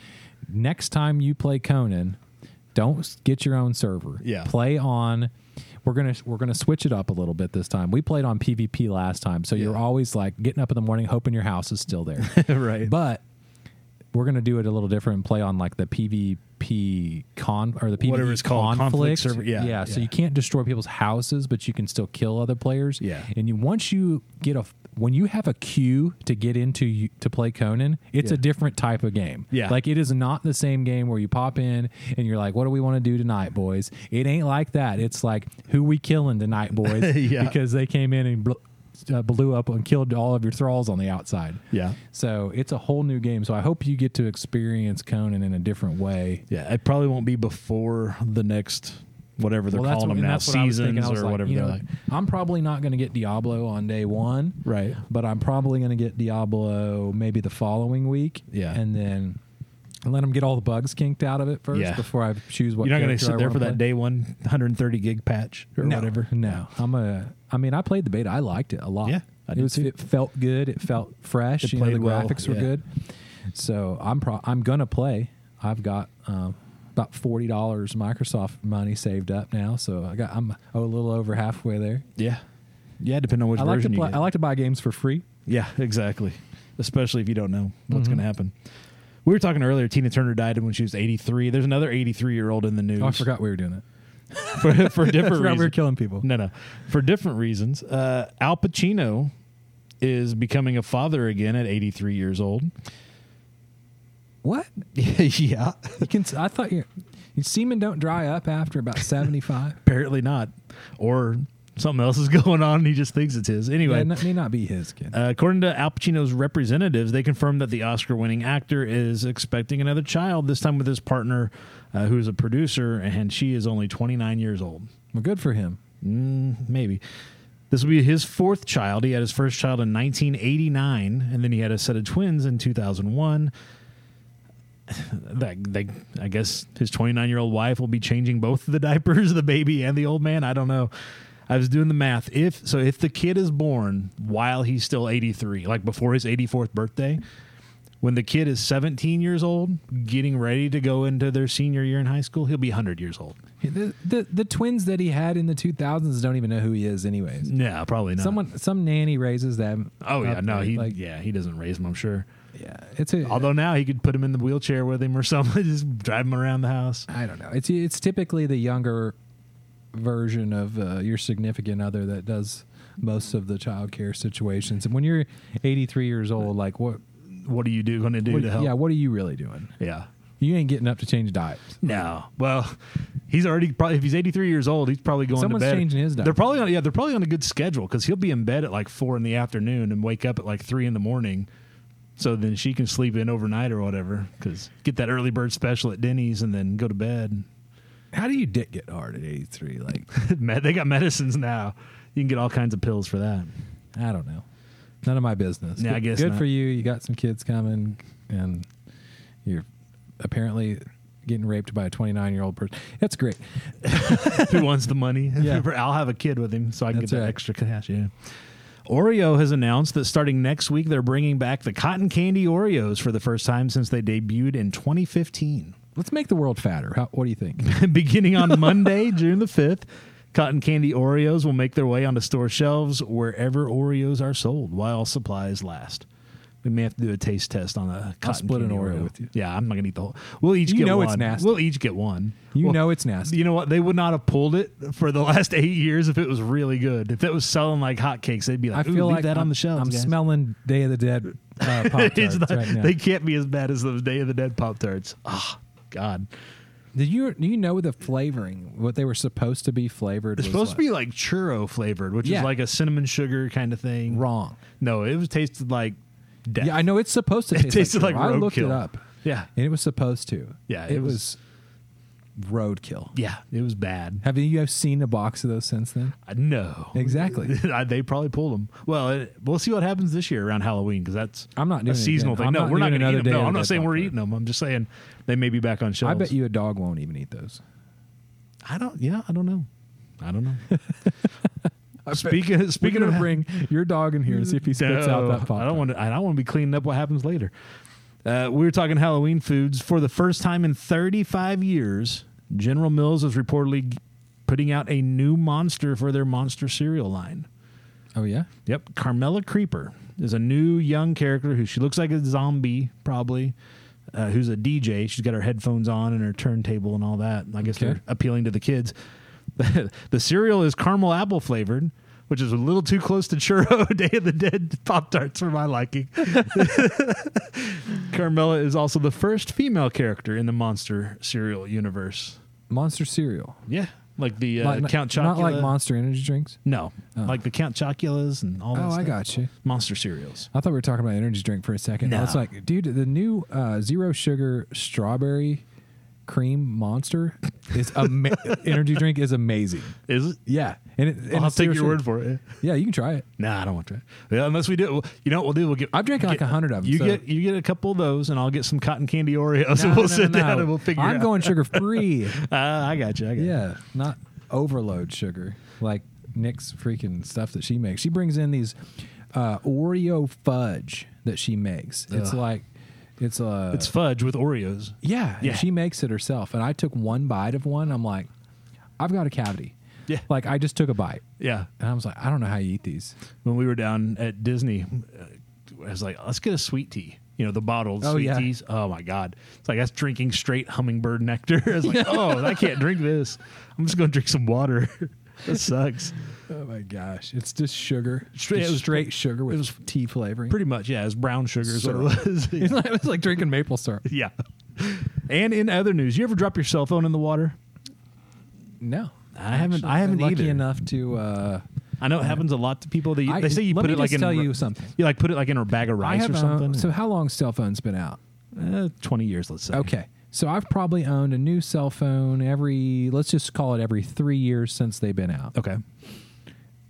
B: Next time you play Conan, don't s- get your own server.
A: Yeah.
B: Play on. We're gonna we're gonna switch it up a little bit this time. We played on PvP last time, so you're
A: Yeah.
B: always like getting up in the morning hoping your house is still there.
A: right.
B: But we're gonna do it a little different and play on like the PvP con or the PvP
A: Whatever it's called, conflict server- yeah,
B: So
A: yeah.
B: you can't destroy people's houses, but you can still kill other players.
A: Yeah.
B: And you once you get a when you have a queue to get into you, to play Conan, it's
A: Yeah.
B: a different type of game.
A: Yeah.
B: Like it is not the same game where you pop in and you're like, "What do we want to do tonight, boys?" It ain't like that. It's like, "Who we killing tonight, boys?"
A: Yeah.
B: Because they came in and. Bl- uh, blew up and killed all of your thralls on the outside.
A: Yeah.
B: So it's a whole new game. So I hope you get to experience Conan in a different way.
A: Yeah, it probably won't be before the next whatever they're
B: Well, that's
A: calling
B: what,
A: them
B: and
A: now,
B: that's what I was
A: seasons
B: thinking. I was
A: or
B: like,
A: whatever
B: you
A: they're
B: know,
A: like.
B: I'm probably not going to get Diablo on day one,
A: Right.
B: but I'm probably going to get Diablo maybe the following week.
A: Yeah.
B: and then let them get all the bugs kinked out of it first
A: Yeah.
B: before I choose what.
A: You're not
B: going
A: going
B: to
A: to sit there for that day one 130 gig patch or
B: no,
A: whatever.
B: No, I'm a. I mean, I played the beta. I liked it a lot.
A: Yeah, I
B: it
A: did
B: was.
A: too.
B: It felt good. It felt fresh.
A: It
B: you know, the
A: played well,
B: graphics were
A: yeah.
B: good. So I'm pro. I'm gonna play. I've got um, about forty dollars Microsoft money saved up now. So I got. I'm oh, a little over halfway there.
A: Yeah. Yeah, depending on which
B: I like to
A: version
B: play.
A: you get.
B: I like to buy games for free.
A: Yeah, exactly. Especially if you don't know what's
B: Mm-hmm.
A: going to happen. We were talking earlier. Tina Turner died when she was 83. There's another 83 year old in the news.
B: Oh, I forgot we were doing it.
A: for, for
B: I
A: different
B: forgot we were
A: reasons.
B: killing people.
A: No, no, for different reasons. Uh, Al Pacino is becoming a father again at 83 years old.
B: What?
A: yeah,
B: You can. I thought you. Your semen don't dry up after about seventy five.
A: apparently not. Or something else is going on. and He just thinks it's his. Anyway,
B: That may not be his kid.
A: Uh, according to Al Pacino's representatives, they confirmed that the Oscar winning actor is expecting another child, this time with his partner, uh, who is a producer, and she is only 29 years old.
B: Well, good for him.
A: Mm, maybe. This will be his fourth child. He had his first child in 1989, and then he had a set of twins in 2001. That, they, I guess his 29 year old wife will be changing both the diapers, the baby, and the old man. I don't know. I was doing the math. If so, if the kid is born while he's still 83, like before his 84th birthday, when the kid is 17 years old, getting ready to go into their senior year in high school, he'll be 100 years old.
B: The, the the twins that he had in the 2000s don't even know who he is, anyways.
A: Yeah, probably not.
B: Someone, some nanny raises them.
A: Oh yeah,
B: up,
A: no, he
B: like
A: yeah he doesn't raise him. I'm sure.
B: yeah, it's a.
A: Although now he could put him in the wheelchair with him or something, just drive him around the house.
B: I don't know. It's it's typically the younger version of uh, your significant other that does most of the child care situations. And when you're 83 years old, like what?
A: What are you do going to do
B: what-
A: to help?
B: yeah, what are you really doing?
A: yeah.
B: You ain't getting up to change diapers.
A: No. Well, he's already probably if he's 83 years old, he's probably going
B: Someone's
A: to bed.
B: changing his diaper.
A: They're probably on yeah, they're probably on a good schedule cuz he'll be in bed at like 4 in the afternoon and wake up at like 3 in the morning. So then she can sleep in overnight or whatever cuz get that early bird special at Denny's and then go to bed.
B: How do you dick get hard at 83? Like
A: Med- they got medicines now. You can get all kinds of pills for that.
B: I don't know. None of my business.
A: Yeah, I
B: Good-
A: guess
B: Good
A: not.
B: for you. You got some kids coming, and you're apparently getting raped by a 29 year old person. That's great.
A: who wants the money.
B: Yeah.
A: I'll have a kid with him so I can
B: That's
A: get that
B: right.
A: extra cash. Yeah. Oreo has announced that starting next week, they're bringing back the cotton candy Oreos for the first time since they debuted in 2015.
B: Let's make the world fatter. How, what do you think?
A: Beginning on Monday, June the 5th, cotton candy Oreos will make their way onto store shelves wherever Oreos are sold while supplies last. We may have to do a taste test on a cotton
B: split an
A: candy
B: Oreo with you.
A: Yeah, I'm not gonna eat the whole. We'll each
B: You
A: get
B: know
A: one.
B: it's nasty.
A: We'll each get one.
B: You
A: Well,
B: know it's nasty.
A: you know what? They would not have pulled it for the last eight years if it was really good. If it was selling like hotcakes, they'd be
B: I
A: like, Ooh,
B: feel
A: leave
B: like
A: that
B: I'm,
A: on the shelves.
B: I'm
A: guys."
B: smelling Day of the Dead uh, pop
A: It's
B: tarts
A: not-
B: right now.
A: They can't be as bad as those Day of the Dead Pop Tarts. Oh, God.
B: Did you do you know the flavoring? What they were supposed to be flavored?
A: It's
B: was
A: supposed
B: like-
A: to be like churro flavored, which
B: Yeah.
A: is like a cinnamon sugar kind of thing.
B: wrong.
A: No, it was tasted like death.
B: Yeah, I know it's supposed to.
A: It
B: Taste
A: tasted
B: like,
A: like
B: I looked it
A: roadkill.
B: up,
A: yeah.
B: and it was supposed to.
A: Yeah,
B: it,
A: it
B: was,
A: was-
B: roadkill.
A: Yeah. It was bad.
B: Have you seen a box of those since then?
A: I- No.
B: Exactly.
A: I- they probably pulled them. Well, it, we'll see what happens this year around Halloween because that's
B: I'm not doing
A: a
B: it
A: seasonal
B: again.
A: thing.
B: I'm
A: no,
B: not
A: we're not
B: doing
A: going to eat
B: another
A: them.
B: Day
A: No,
B: of
A: I'm
B: the Dead
A: not saying
B: Pop
A: we're
B: Tart.
A: eating them. I'm just saying they may be back on
B: I
A: shelves.
B: bet you a dog won't even eat those.
A: I don't. Yeah, I don't know. I don't know. speaking speaking
B: We're
A: of
B: gonna bring your dog in here and see if he spits out
A: No,
B: that pop.
A: I don't want to. I don't want to be cleaning up what happens later. Uh, we were talking Halloween foods for the first time in 35 years. General Mills is reportedly g- putting out a new monster for their monster cereal line.
B: Oh yeah,
A: Yep, Carmela Creeper is a new young character who she looks like a zombie probably. Uh, who's a DJ? She's got her headphones on and her turntable and all that. I guess
B: Okay.
A: they're appealing to the kids. the cereal is caramel apple flavored, which is a little too close to churro Day of the Dead Pop Tarts for my liking. Carmela is also the first female character in the monster cereal universe.
B: Monster cereal.
A: Yeah, like the uh,
B: Like-
A: Count Chocula.
B: Not like Monster Energy drinks.
A: no, like the Count Choculas and all. that
B: Oh, I
A: stuff.
B: got you.
A: monster cereals.
B: I thought we were talking about energy drink for a second. I
A: No.
B: was like, dude, the new uh, zero sugar strawberry cream monster is ama- energy drink is amazing.
A: Is it?
B: Yeah, and, it, and
A: I'll
B: it's
A: take your
B: seriously-
A: word for it.
B: Yeah, you can try it.
A: Nah, I don't want to. Yeah, unless we do. well, You know what we'll do? We'll get.
B: I've drank like
A: get-
B: 100 of 'em,
A: You
B: so-
A: get you get a couple of those, and I'll get some cotton candy Oreos,
B: No,
A: and we'll
B: no, no,
A: sit
B: no.
A: down and we'll figure.
B: I'm
A: out.
B: going sugar free.
A: Uh, I got you. I got
B: yeah, not overload sugar like Nick's freaking stuff that she makes. She brings in these uh, Oreo fudge that she makes. It's
A: Ugh.
B: like it's a
A: you. It's fudge with Oreos.
B: Yeah, and
A: Yeah.
B: she makes it herself. And I took one bite of one. I'm like, I've got a cavity.
A: Yeah.
B: Like I just took a bite,
A: Yeah.
B: and I was like, I don't know how you eat these.
A: When we were down at Disney, uh, I was like, let's get a sweet tea. You know the bottled
B: Oh,
A: sweet
B: yeah.
A: teas. Oh my god! It's like that's drinking straight hummingbird nectar. I was like, oh, I can't drink this. I'm just going to drink some water. that sucks.
B: Oh my gosh, it's just sugar,
A: Straight-
B: Just
A: it was-
B: straight sugar with
A: it was
B: tea flavoring.
A: Pretty much, yeah. It's brown sugar. Is what it was. Yeah.
B: It's like- it's like drinking maple syrup.
A: Yeah. And in other news, you ever drop your cell phone in the water?
B: No,
A: I haven't-
B: Actually,
A: I haven't
B: been lucky
A: either.
B: enough to. Uh,
A: I know it happens a lot to people. That you,
B: I-
A: they say you
B: let
A: put
B: me
A: it like
B: just
A: in.
B: tell
A: ri-
B: you something.
A: You like put it like in a bag of
B: I
A: rice or
B: have
A: something.
B: owned- so how long cell phone's been out?
A: uh, Twenty years, let's say.
B: Okay. So I've probably owned a new cell phone every, let's just call it every three years since they've been out.
A: Okay.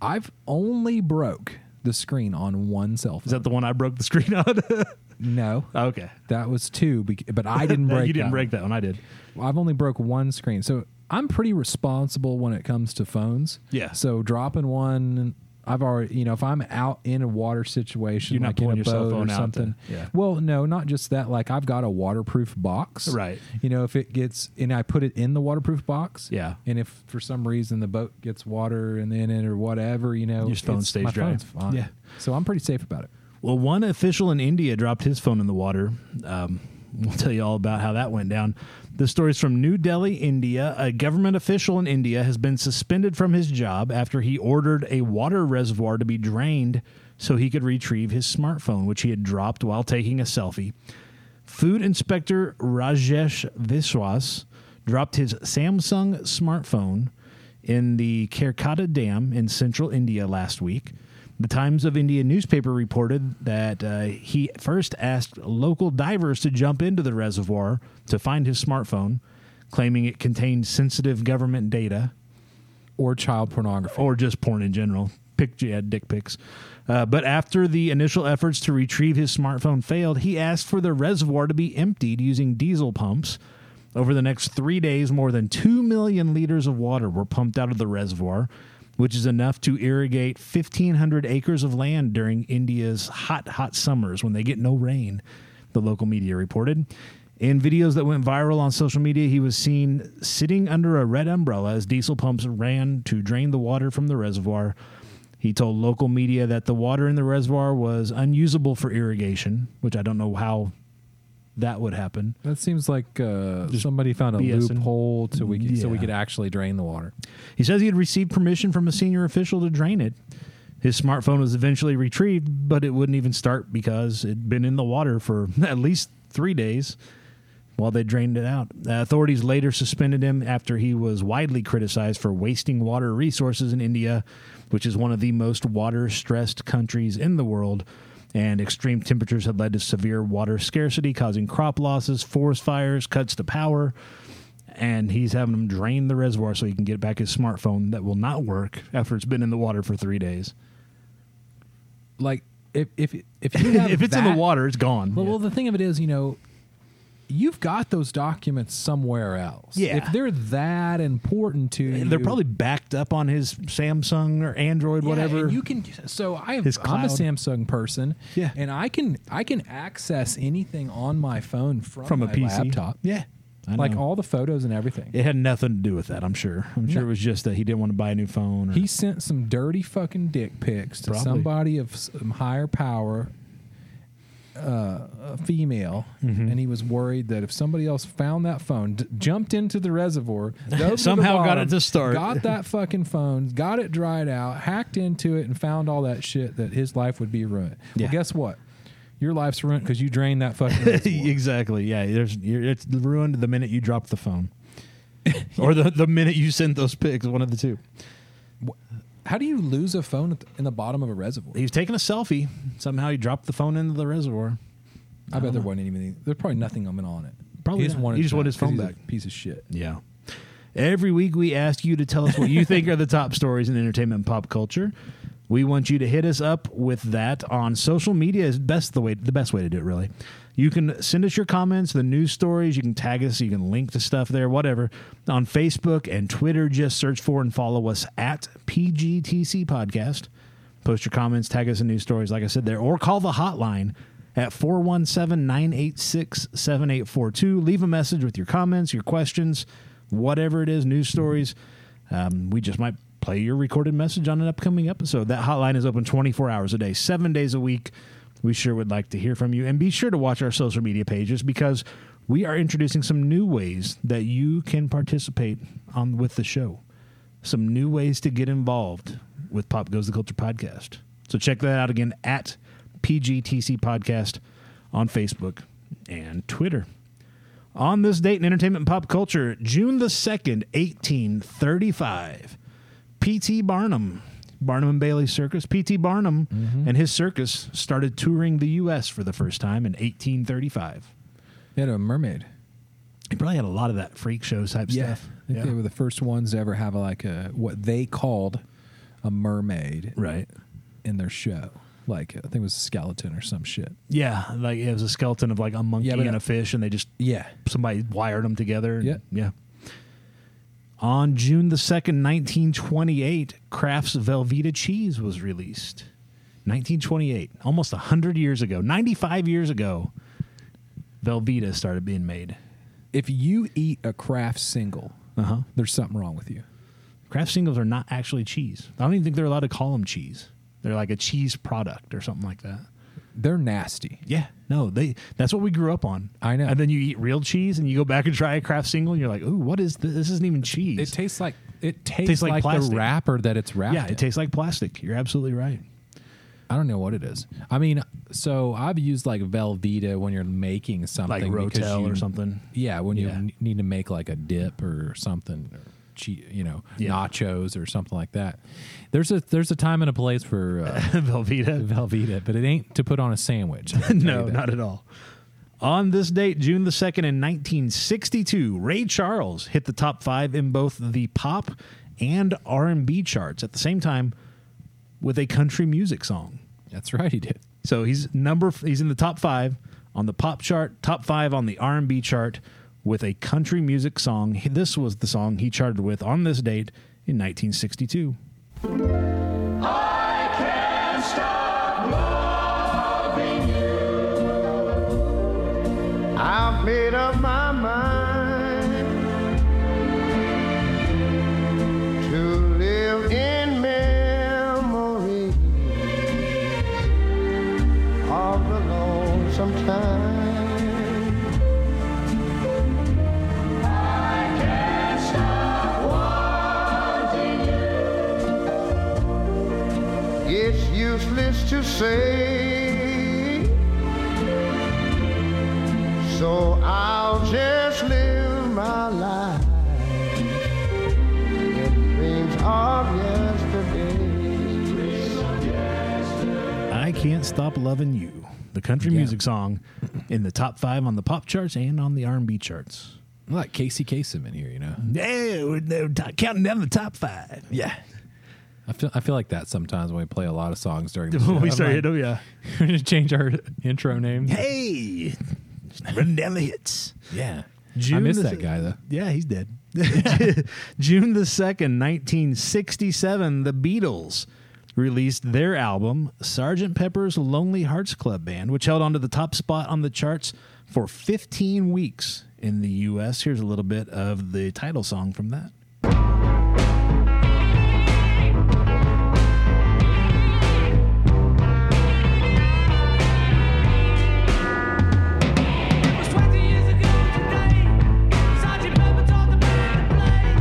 B: I've only broke the screen on one cell phone.
A: Is that the one I broke the screen on?
B: no,
A: okay.
B: that was two, bec- but I didn't break.
A: uh, you didn't
B: that
A: break that one. I did.
B: one. I've only broke one screen, so I'm pretty responsible when it comes to phones.
A: Yeah.
B: So dropping one, I've already, you know, if I'm out in a water situation,
A: You're not
B: like in a
A: pulling your cell
B: boat
A: phone
B: or
A: out
B: something.
A: to- yeah.
B: Well, no, not just that. Like I've got a waterproof box.
A: Right.
B: You know, if it gets and I put it in the waterproof box.
A: Yeah.
B: And if for some reason the boat gets water and then it or whatever, you know,
A: Your phone
B: it's-
A: stays
B: my
A: dry.
B: phone's fine.
A: Yeah.
B: So I'm pretty safe about it.
A: Well, one official in India dropped his phone in the water. Um, we'll tell you all about how that went down. This story is from New Delhi, India. A government official in India has been suspended from his job after he ordered a water reservoir to be drained so he could retrieve his smartphone, which he had dropped while taking a selfie. Food inspector Rajesh Viswas dropped his Samsung smartphone in the Kerkata Dam in central India last week. The Times of India newspaper reported that uh, he first asked local divers to jump into the reservoir to find his smartphone, claiming it contained sensitive government data
B: Or child pornography.
A: or just porn in general. Pic, yeah, dick pics. Uh, but after the initial efforts to retrieve his smartphone failed, he asked for the reservoir to be emptied using diesel pumps. Over the next three days, more than 2 million liters of water were pumped out of the reservoir, which is enough to irrigate 1,500 acres of land during India's hot, hot summers when they get no rain, the local media reported. In videos that went viral on social media, he was seen sitting under a red umbrella as diesel pumps ran to drain the water from the reservoir. He told local media that the water in the reservoir was unusable for irrigation, which I don't know how that would happen.
B: That seems like uh, somebody found a
A: BSing.
B: loophole to we could, so we
A: Yeah.
B: could actually drain the water.
A: He says he had received permission from a senior official to drain it. His smartphone was eventually retrieved, but it wouldn't even start because it'd been in the water for at least three days while they drained it out. Uh, authorities later suspended him after he was widely criticized for wasting water resources in India, which is one of the most water stressed countries in the world. And extreme temperatures had led to severe water scarcity, causing crop losses, forest fires, cuts to power and he's having him drain the reservoir so he can get back his smartphone that will not work after it's been in the water for three days.
B: Like if if if you have
A: if it's in
B: that-
A: the water, it's gone.
B: well, well, the thing of it is, you know, you've got those documents somewhere else.
A: Yeah.
B: if they're that important to
A: Yeah.
B: you,
A: they're probably backed up on his Samsung or Android,
B: Yeah,
A: whatever.
B: and you can. So I I'm a
A: His cloud.
B: Samsung person.
A: Yeah.
B: and I can I can access anything on my phone from
A: from a
B: my
A: PC,
B: laptop.
A: Yeah, I
B: like
A: know.
B: all the photos and everything.
A: It had nothing to do with that. I'm sure. I'm sure
B: No.
A: it was just that he didn't want to buy a new phone. Or,
B: He sent some dirty fucking dick pics to
A: Probably.
B: somebody of some higher power, uh, a female,
A: Mm-hmm.
B: and he was worried that if somebody else found that phone, d- jumped into the reservoir, dove to the
A: Somehow got
B: bottom,
A: it to start.
B: got that fucking phone, got it dried out, hacked into it, and found all that shit, that his life would be ruined.
A: Yeah.
B: Well, guess what? Your life's ruined because you drained that fucking. reservoir.
A: exactly. Yeah. There's. You're, it's ruined the minute you drop the phone, or the the minute you send those pics. One of the two.
B: How do you lose a phone at the- in the bottom of a reservoir?
A: He was taking a selfie. Somehow he dropped the phone into the reservoir.
B: I bet there wasn't anything. There's probably nothing on it.
A: Probably
B: He just
A: not.
B: wanted
A: He just
B: it
A: wanted his phone
B: 'cause he's
A: back.
B: a Piece of shit.
A: Yeah. Every week we ask you to tell us what you think are the top stories in entertainment and pop culture. We want you to hit us up with that on social media is best the way the best way to do it really. You can send us your comments, the news stories, you can tag us, you can link to stuff there, whatever. On Facebook and Twitter, just search for and follow us at PGTC Podcast. Post your comments, tag us in news stories, like I said there, or call the hotline at 417 986 7842. Leave a message with your comments, your questions, whatever it is, news stories. Um, we just might play your recorded message on an upcoming episode. That hotline is open 24 hours a day, seven days a week. We sure would like to hear from you. And be sure to watch our social media pages because we are introducing some new ways that you can participate on with the show some new ways to get involved with Pop Goes the Culture podcast. So check that out again at PGTC Podcast on Facebook and Twitter. On this date in entertainment and pop culture, June the 2nd, 1835, P.T. Barnum, Barnum and Bailey Circus, P.T. Barnum and his circus started touring the U.S. for the first time in 1835.
B: They had a mermaid.
A: He probably had a lot of that freak show type stuff.
B: I think They were the first ones to ever have like a what they called a mermaid
A: Right.
B: in their show. Like I think it was a skeleton or some shit.
A: Yeah, like it was a skeleton of like a monkey
B: Yeah, but
A: and
B: I-
A: a fish, and they just
B: Yeah.
A: somebody wired them together. and-
B: Yeah.
A: yeah. On June the second, nineteen twenty-eight, Kraft's Velveeta cheese was released. Nineteen twenty-eight, almost hundred years ago, ninety-five years ago, Velveeta started being made.
B: If you eat a Kraft single,
A: Uh huh.
B: there's something wrong with you.
A: Kraft singles are not actually cheese. I don't even think they're allowed to call them cheese. They're like a cheese product or something like that.
B: They're nasty.
A: Yeah, no, they. That's what we grew up on.
B: I know.
A: And then you eat real cheese, and you go back and try a Kraft single, and you're like, "Ooh, what is this? This isn't even cheese."
B: It tastes like it tastes,
A: Tastes like
B: like,
A: plastic.
B: the wrapper that it's wrapped.
A: yeah,
B: in.
A: it tastes like plastic. You're absolutely right.
B: I don't know what it is. I mean, so I've used like Velveeta when you're making
A: Like
B: something, because
A: Rotel
B: you-
A: or something.
B: Yeah, when you
A: Yeah.
B: n- need to make like a dip or something, or che- you know,
A: Yeah.
B: nachos or something like that. There's a there's a time and a place for uh,
A: Velveeta.
B: Velveeta, but it ain't to put on a sandwich. I can tell
A: no,
B: you that.
A: not at all. On this date, June the 2nd in 1962, Ray Charles hit the top 5 in both the pop and R&B charts at the same time with a country music song.
B: That's right, he did.
A: So he's number he's in the top five on the pop chart, top five on the R and B chart with a country music song. He- This was the song he charted with on this date in 1962.
C: I can't stop loving you. I've made up my mind to live in memory of the lonesome time. I can't stop wanting you. It's useless to say. So I'll just live my life in dreams of yesterday.
A: I can't stop loving you, the country music song, in the top five on the pop charts and on the R and B charts.
B: I'm like Casey Kasem in here, you know.
A: Yeah, we're, they're t- counting down the top five. Yeah,
B: I feel I feel like that sometimes when we play a lot of songs during. The show.
A: when we
B: I'm
A: started,
B: like,
A: oh yeah.
B: we're gonna change our intro name.
A: Hey, running down the hits.
B: Yeah, I
A: June
B: miss
A: the-
B: that guy though.
A: Yeah, he's dead. June the 2nd, 1967, the Beatles released their album, Sgt. Pepper's Lonely Hearts Club Band, which held onto the top spot on the charts for 15 weeks in the U.S. Here's a little bit of the title song from that.
D: It was 20 years ago today. Sergeant Pepper taught the band to play.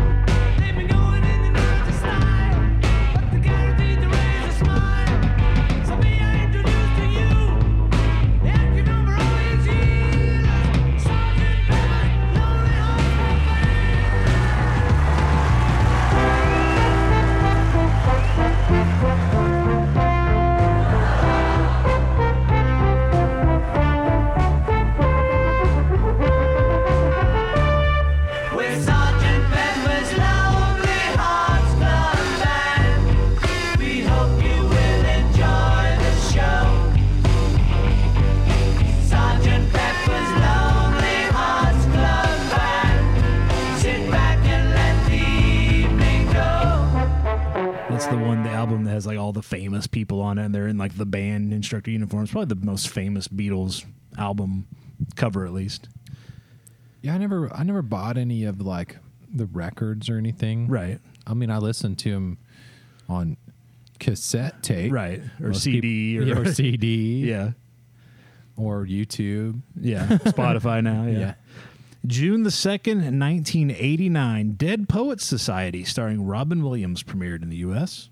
D: They've been going in and out of style, but the guaranteed to raise a smile. So may I introduce to you the acting number all these years, Sergeant Pepper, Lonely Hearts Club Band.
A: famous people on it, and they're in like the band instructor uniforms. Probably the most famous Beatles album cover, at least.
B: Yeah, I never I never bought any of like the records or anything.
A: Right.
B: I mean, I listened to them on cassette tape,
A: Right. Or
B: Most
A: CD
B: peop-
A: or-
B: yeah, or CD,
A: Yeah.
B: or YouTube.
A: Yeah. Spotify now.
B: Yeah.
A: yeah. June the 2nd, 1989, Dead Poets Society, starring Robin Williams, premiered in the U.S.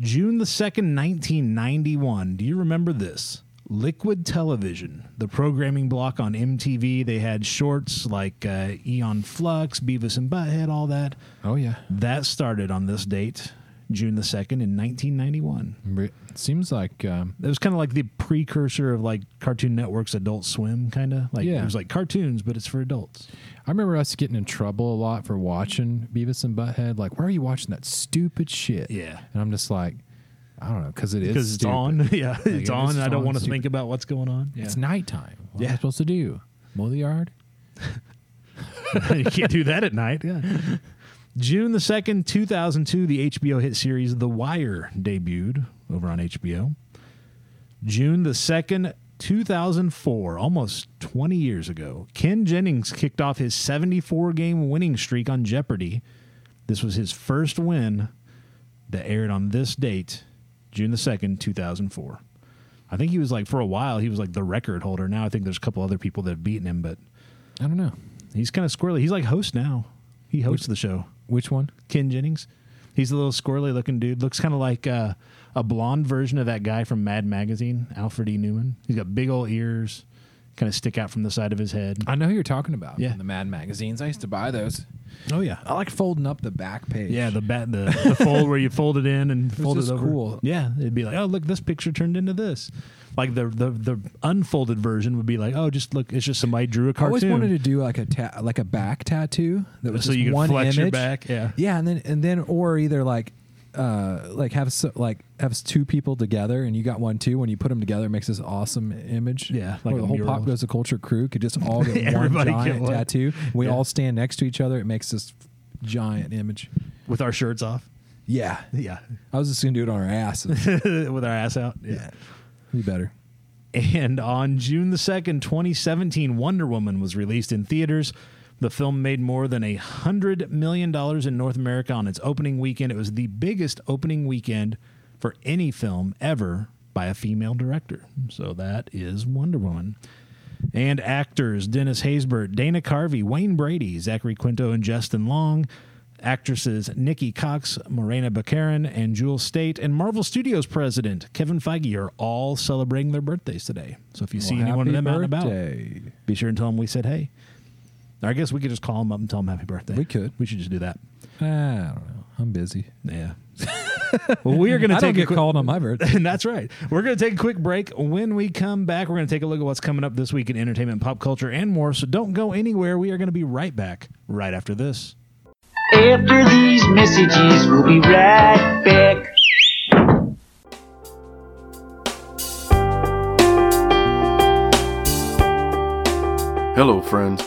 A: June the 2nd, 1991. Do you remember this? Liquid Television, the programming block on MTV. They had shorts like uh, Eon Flux, Beavis and Butthead, all that.
B: Oh yeah,
A: That started on this date, June the 2nd, in 1991.
B: Re- seems like um,
A: It was kind of like the precursor of like Cartoon Network's Adult Swim, kind of like
B: Yeah.
A: it was like cartoons, but it's for adults.
B: I remember us getting in trouble a lot for watching Beavis and Butthead. Like, why are you watching that stupid shit?
A: Yeah.
B: and I'm just like, I don't know, because it is
A: because it's
B: stupid.
A: on. Yeah,
B: it's
A: it's on, and I
B: on,
A: don't want to
B: stupid.
A: think about what's going on. Yeah.
B: It's nighttime. What am
A: Yeah.
B: I supposed to do? Mow the yard?
A: you can't do that at night. Yeah. June the second, two thousand two, the HBO hit series The Wire debuted over on HBO. June the second, two thousand four, almost twenty years ago, Ken Jennings kicked off his seventy-four game winning streak on Jeopardy. This was his first win that aired on this date, June the second, two thousand four. I think he was like for a while he was like the record holder. Now I think there's a couple other people that have beaten him, but
B: I don't know.
A: He's kind of squirrely. He's like host now. He hosts the show.
B: Which one?
A: Ken Jennings. He's a little squirrely looking dude. Looks kind of like uh, a blonde version of that guy from Mad Magazine, Alfred E. Newman. He's got big old ears, kind of stick out from the side of his head.
B: I know who you're talking about.
A: Yeah.
B: from the Mad magazines. I used to buy those.
A: Oh yeah,
B: I like folding up the back page.
A: yeah. The bat, the, the fold where you fold it in and fold
B: just
A: it over.
B: cool.
A: Yeah, it'd be like, oh look, this picture turned into this. Like the the the unfolded version would be like, oh, just look, it's just somebody drew a
B: I
A: cartoon.
B: always wanted to do like a ta- like a back tattoo that was
A: So
B: just
A: you could
B: one
A: flex
B: image.
A: your back, yeah.
B: yeah, and then and then or either like uh like have so, like have two people together and you got one too. When you put them together, it makes this awesome image.
A: Yeah,
B: like
A: like
B: or
A: a
B: the whole
A: mural.
B: pop goes the culture crew could just all get one
A: Everybody get
B: giant
A: one.
B: tattoo. We
A: Yeah.
B: all stand next to each other. It makes this giant image.
A: with our shirts off.
B: Yeah,
A: Yeah,
B: I was just gonna do it on our asses.
A: with our ass out. yeah.
B: Be better.
A: And on June the 2nd, 2017, Wonder Woman was released in theaters. The film made more than $100 million in North America on its opening weekend. It was the biggest opening weekend for any film ever by a female director. So that is Wonder Woman. And actors Dennis Haysbert, Dana Carvey, Wayne Brady, Zachary Quinto, and Justin Long. Actresses Nikki Cox, Morena Baccarin, and Jewel State, and Marvel Studios president Kevin Feige are all celebrating their birthdays today. So if you see
B: Well,
A: any one of
B: happy
A: them out and
B: birthday.
A: about, be sure and tell them we said hey. Or I guess we could just call them up and tell them happy birthday.
B: We could.
A: We should just do that.
B: Ah, I don't know. I'm busy.
A: Yeah. well, we are going to
B: I
A: take
B: don't
A: a
B: get
A: quick-
B: called on my birthday.
A: and that's right. We're going to take a quick break. When we come back, we're going to take a look at what's coming up this week in entertainment, pop culture, and more. So don't go anywhere. We are going to be right back right after this.
E: After these messages, we'll be right back.
F: Hello, friends.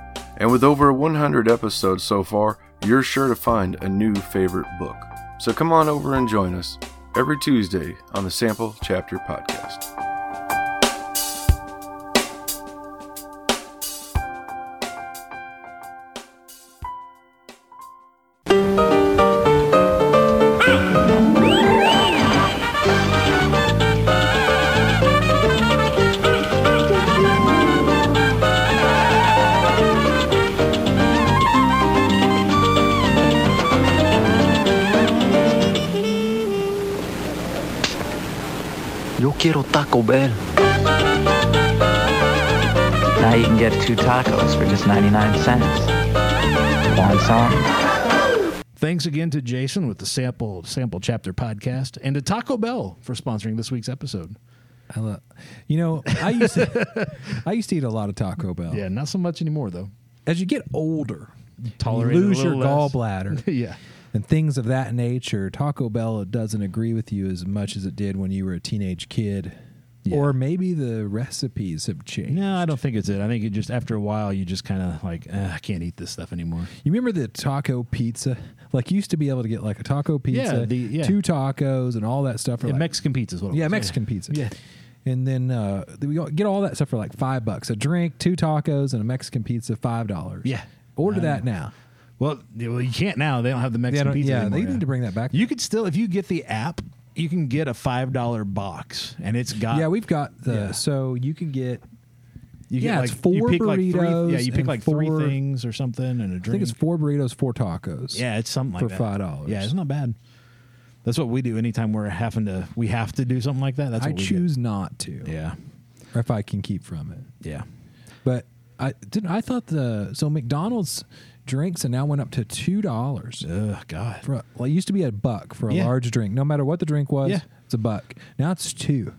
F: And with over 100 episodes so far, you're sure to find a new favorite book. So come on over and join us every Tuesday on the Sample Chapter Podcast.
G: Yo quiero Taco Bell.
E: Now you can get two tacos for just 99 cents. One song.
A: Thanks again to Jason with the sample sample chapter podcast and to Taco Bell for sponsoring this week's episode.
B: I love, you know, I used to, I used to eat a lot of Taco Bell.
A: Yeah, not so much anymore though.
B: As you get older,
A: Tolerate it a
B: you lose your
A: little less.
B: gallbladder
A: yeah.
B: and things of that nature. Taco Bell doesn't agree with you as much as it did when you were a teenage kid,
A: Yeah.
B: or maybe the recipes have changed.
A: No, I don't think it's it. I think it just after a while you just kind of like "Ah, I can't eat this stuff anymore.
B: You remember the taco pizza? Like you used to be able to get like a taco pizza,
A: the- yeah.
B: two tacos, and all that stuff. For
A: Yeah,
B: like,
A: Mexican pizza is what. It
B: yeah,
A: was.
B: Mexican pizza.
A: Yeah.
B: And then uh, we all- get all that stuff for like five bucks. A drink, two tacos, and a Mexican pizza, five dollars.
A: Yeah. I
B: Order that
A: know.
B: now.
A: Well, yeah, well, you can't now. They don't have the Mexican
B: don't-
A: pizza.
B: yeah,
A: anymore,
B: they need to bring that back.
A: You could still, if you get the app, you can get a five dollar box, and it's got
B: yeah, we've got the
A: Uh, yeah.
B: so you can get
A: You
B: yeah,
A: get
B: it's
A: like, you
B: four
A: pick Like three, yeah,
B: burritos
A: you pick
B: and
A: like three
B: four-
A: things or something, and a drink.
B: I think it's four burritos, four tacos.
A: Yeah, it's something like
B: for
A: that.
B: $5.
A: Yeah, it's not bad. That's what we do anytime we're having to. We have to do something like that. That's
B: I
A: what we
B: choose not to.
A: Get. Yeah,
B: Or if I can keep from it.
A: yeah.
B: But I didn't I thought the so McDonald's drinks and now went up to two dollars.
A: Ugh, God.
B: For well, it used to be a buck for a
A: Yeah.
B: large drink. No matter what the drink was,
A: Yeah.
B: it's a buck. Now it's two.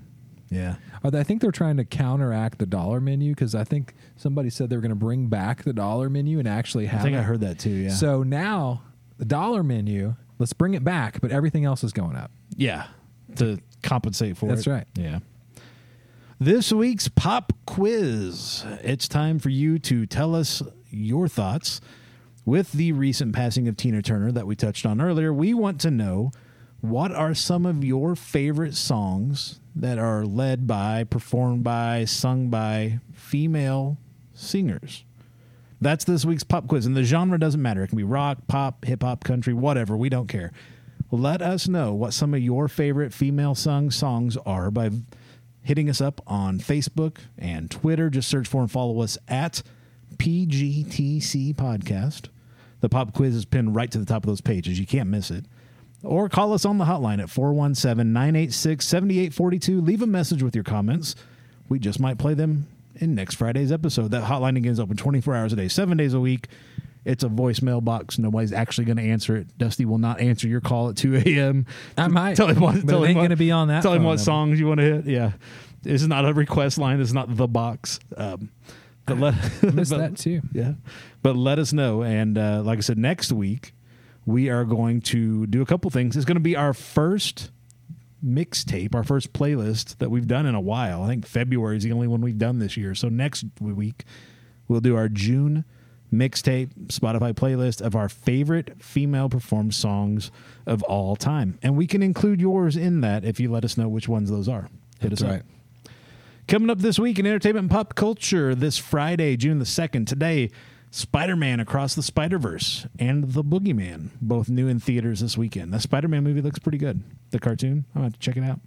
A: Yeah.
B: Are they- I think they're trying to counteract the dollar menu because I think somebody said they were going to bring back the dollar menu and actually have.
A: I think
B: it.
A: I heard that too. Yeah.
B: So now the dollar menu, let's bring it back, but everything else is going up.
A: yeah, to compensate for
B: That's
A: it.
B: right.
A: Yeah. This week's pop quiz. It's time for you to tell us your thoughts with the recent passing of Tina Turner that we touched on earlier. We want to know what are some of your favorite songs that are led by, performed by, sung by female singers? That's this week's pop quiz. And the genre doesn't matter. It can be rock, pop, hip hop, country, whatever. We don't care. Let us know what some of your favorite female sung songs are by v- hitting us up on Facebook and Twitter. Just search for and follow us at PGTC Podcast. The pop quiz is pinned right to the top of those pages. You can't miss it. Or call us on the hotline at 417 986 7842. Leave a message with your comments. We just might play them in next Friday's episode. That hotline again is open 24 hours a day, seven days a week. It's a voicemail box. Nobody's actually going to answer it. Dusty will not answer your call at 2 a.m.
B: I might,
A: Tell him what,
B: but
A: tell
B: it
A: him
B: ain't
A: what-
B: gonna be on that
A: Tell him
B: phone
A: what
B: number.
A: songs you want to hit. Yeah. This is not a request line. This is not the box. Um, but let,
B: Missed
A: but-
B: that too.
A: yeah. But let us know. And uh, like I said, next week we are going to do a couple things. It's going to be our first mixtape, our first playlist that we've done in a while. I think February is the only one we've done this year. So next week we'll do our June mixtape Spotify playlist of our favorite female performed songs of all time. And we can include yours in that if you let us know which ones those are. Hit us up. Coming up this week in entertainment and pop culture, this Friday, June the 2nd, today, Spider Man Across the Spider Verse and The Boogeyman, both new in theaters this weekend. The Spider Man movie looks pretty good. The cartoon, I'm about to check it out.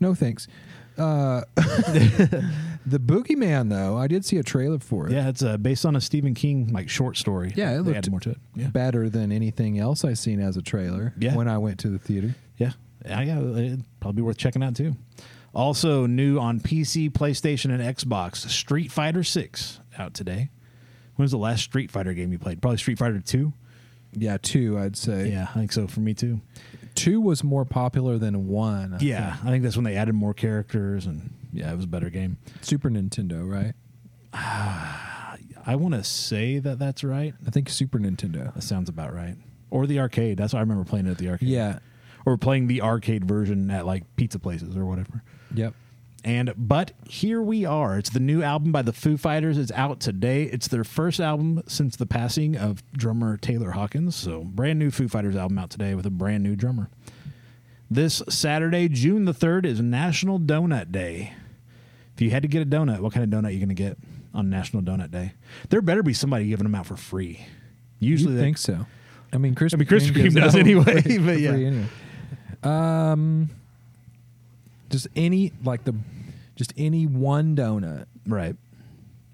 B: No thanks. Uh, the Boogeyman, though, I did see a trailer for it.
A: Yeah, it's uh, based on a Stephen King like short story.
B: Yeah, it
A: They
B: looked
A: added more to it. Yeah,
B: better than anything else I seen as a trailer
A: Yeah.
B: when I went to the theater.
A: yeah, yeah, yeah it'd probably be worth checking out too. Also, new on PC, PlayStation, and Xbox, Street Fighter Six out today. When was the last Street Fighter game you played? Probably Street Fighter Two.
B: Yeah, two, I'd say.
A: Yeah, I think so for me too.
B: Two was more popular than one. I
A: Yeah, I think that's when they added more characters, and yeah, it was a better game.
B: think. Super Nintendo, right?
A: I want to say that that's right.
B: I think Super Nintendo.
A: That sounds about right. Or the arcade. That's what I remember playing it at the arcade.
B: Yeah.
A: Or playing the arcade version at like pizza places or whatever.
B: Yep.
A: And but here we are. It's the new album by the Foo Fighters. It's out today. It's their first album since the passing of drummer Taylor Hawkins. So brand new Foo Fighters album out today with a brand new drummer. This Saturday, June the third, is National Donut Day. If you had to get a donut, what kind of donut are you going to get on National Donut Day? There better be somebody giving them out for free. Usually,
B: You'd
A: they-
B: think so. I mean, Krispy
A: I mean, Krispy
B: gives
A: Kreme does
B: out
A: anyway,
B: free-
A: but yeah.
B: free anyway. Um, just any like the, just any one donut.
A: right?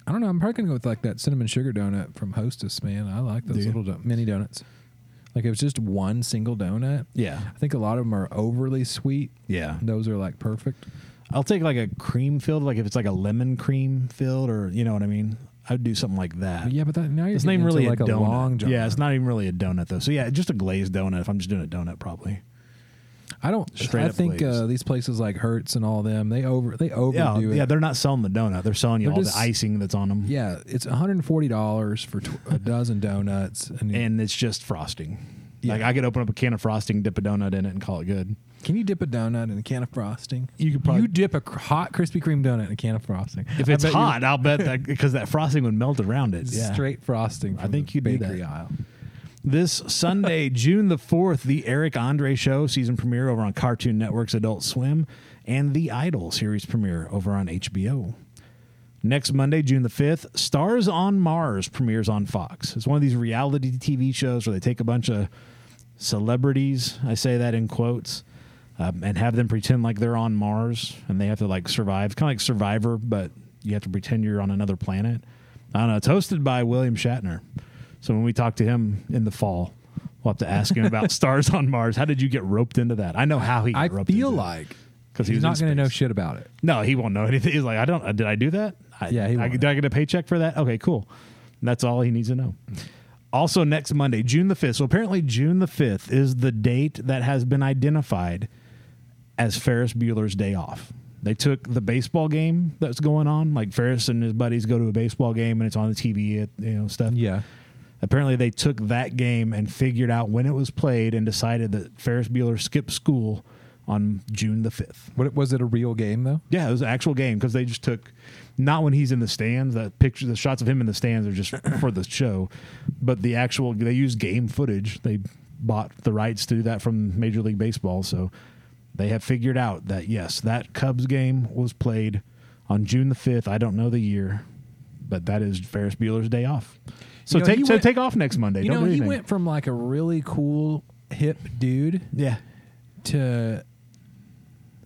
B: I don't know. I'm probably gonna go with like that cinnamon sugar donut from Hostess. Man, I like those
A: Do you?
B: little do- mini donuts. Like if it's just one single donut.
A: Yeah.
B: I think a lot of them are overly sweet.
A: Yeah.
B: those are like perfect.
A: I'll take like a cream filled, like if it's like a lemon cream filled, or you know what I mean. I would do something like that.
B: Yeah, but that, now you're
A: It's not even
B: getting
A: Uh, really
B: into like
A: a
B: a,
A: donut.
B: long john.
A: Yeah, it's not even really a donut though. So yeah, just a glazed donut. If I'm just doing a donut, probably.
B: I don't.
A: Straight
B: I
A: up
B: think
A: glazed.
B: uh, these places like Hertz and all them, they over they
A: Yeah,
B: overdo it.
A: yeah. They're not selling the donut. They're selling you
B: They're
A: all
B: just-
A: the icing that's on them.
B: yeah, it's one hundred and forty dollars for tw- a dozen donuts. And,
A: and it's just frosting.
B: Yeah.
A: Like I could open up a can of frosting, dip a donut in it, and call it good.
B: can you dip a donut in a can of frosting?
A: You could probably-
B: you dip a cr- hot Krispy Kreme donut in a can of frosting.
A: If
B: I
A: it's
B: bet you-
A: hot, I'll bet that because that frosting would melt around it. Yeah.
B: straight frosting. From
A: think
B: the
A: you do
B: bakery
A: that.
B: aisle.
A: This Sunday, June the fourth, the Eric Andre Show season premiere over on Cartoon Network's Adult Swim, and The Idol series premiere over on HBO. Next Monday, June the 5th, Stars on Mars premieres on Fox. It's one of these reality TV shows where they take a bunch of celebrities, I say that in quotes, um, and have them pretend like they're on Mars and they have to like survive. It's kind of like Survivor, but you have to pretend you're on another planet. I don't know. It's hosted by William Shatner. So when we talk to him in the fall, we'll have to ask him about Stars on Mars. How did you get roped into that? I know how he got
B: I
A: roped
B: feel
A: into it.
B: like
A: 'Cause
B: because
A: he
B: he's
A: was in
B: not going to know
A: space.
B: shit about it.
A: No, he won't know anything. He's like, I don't. uh, Did I do that? I,
B: Yeah, he
A: I,
B: won't
A: did I get a paycheck for that? Okay, cool. And that's all he needs to know. Also, next Monday, June the fifth. So apparently, June the fifth is the date that has been identified as Ferris Bueller's day off. They took the baseball game that's going on, like Ferris and his buddies go to a baseball game, and it's on the TV, at, you know, stuff.
B: Yeah.
A: Apparently, they took that game and figured out when it was played, and decided that Ferris Bueller skipped school on June the fifth.
B: What was it a real game though?
A: Yeah, it was an actual game because they just took not when he's in the stands. That picture, the shots of him in the stands are just for the show, but the actual they used game footage. They bought the rights to that from Major League Baseball, so they have figured out that yes, that Cubs game was played on June the fifth. I don't know the year, but that is Ferris Bueller's day off. So
B: You know, he
A: take so
B: went-
A: take off next Monday.
B: You
A: don't
B: know,
A: do
B: he
A: anything.
B: went from like a really cool hip dude
A: Yeah,
B: to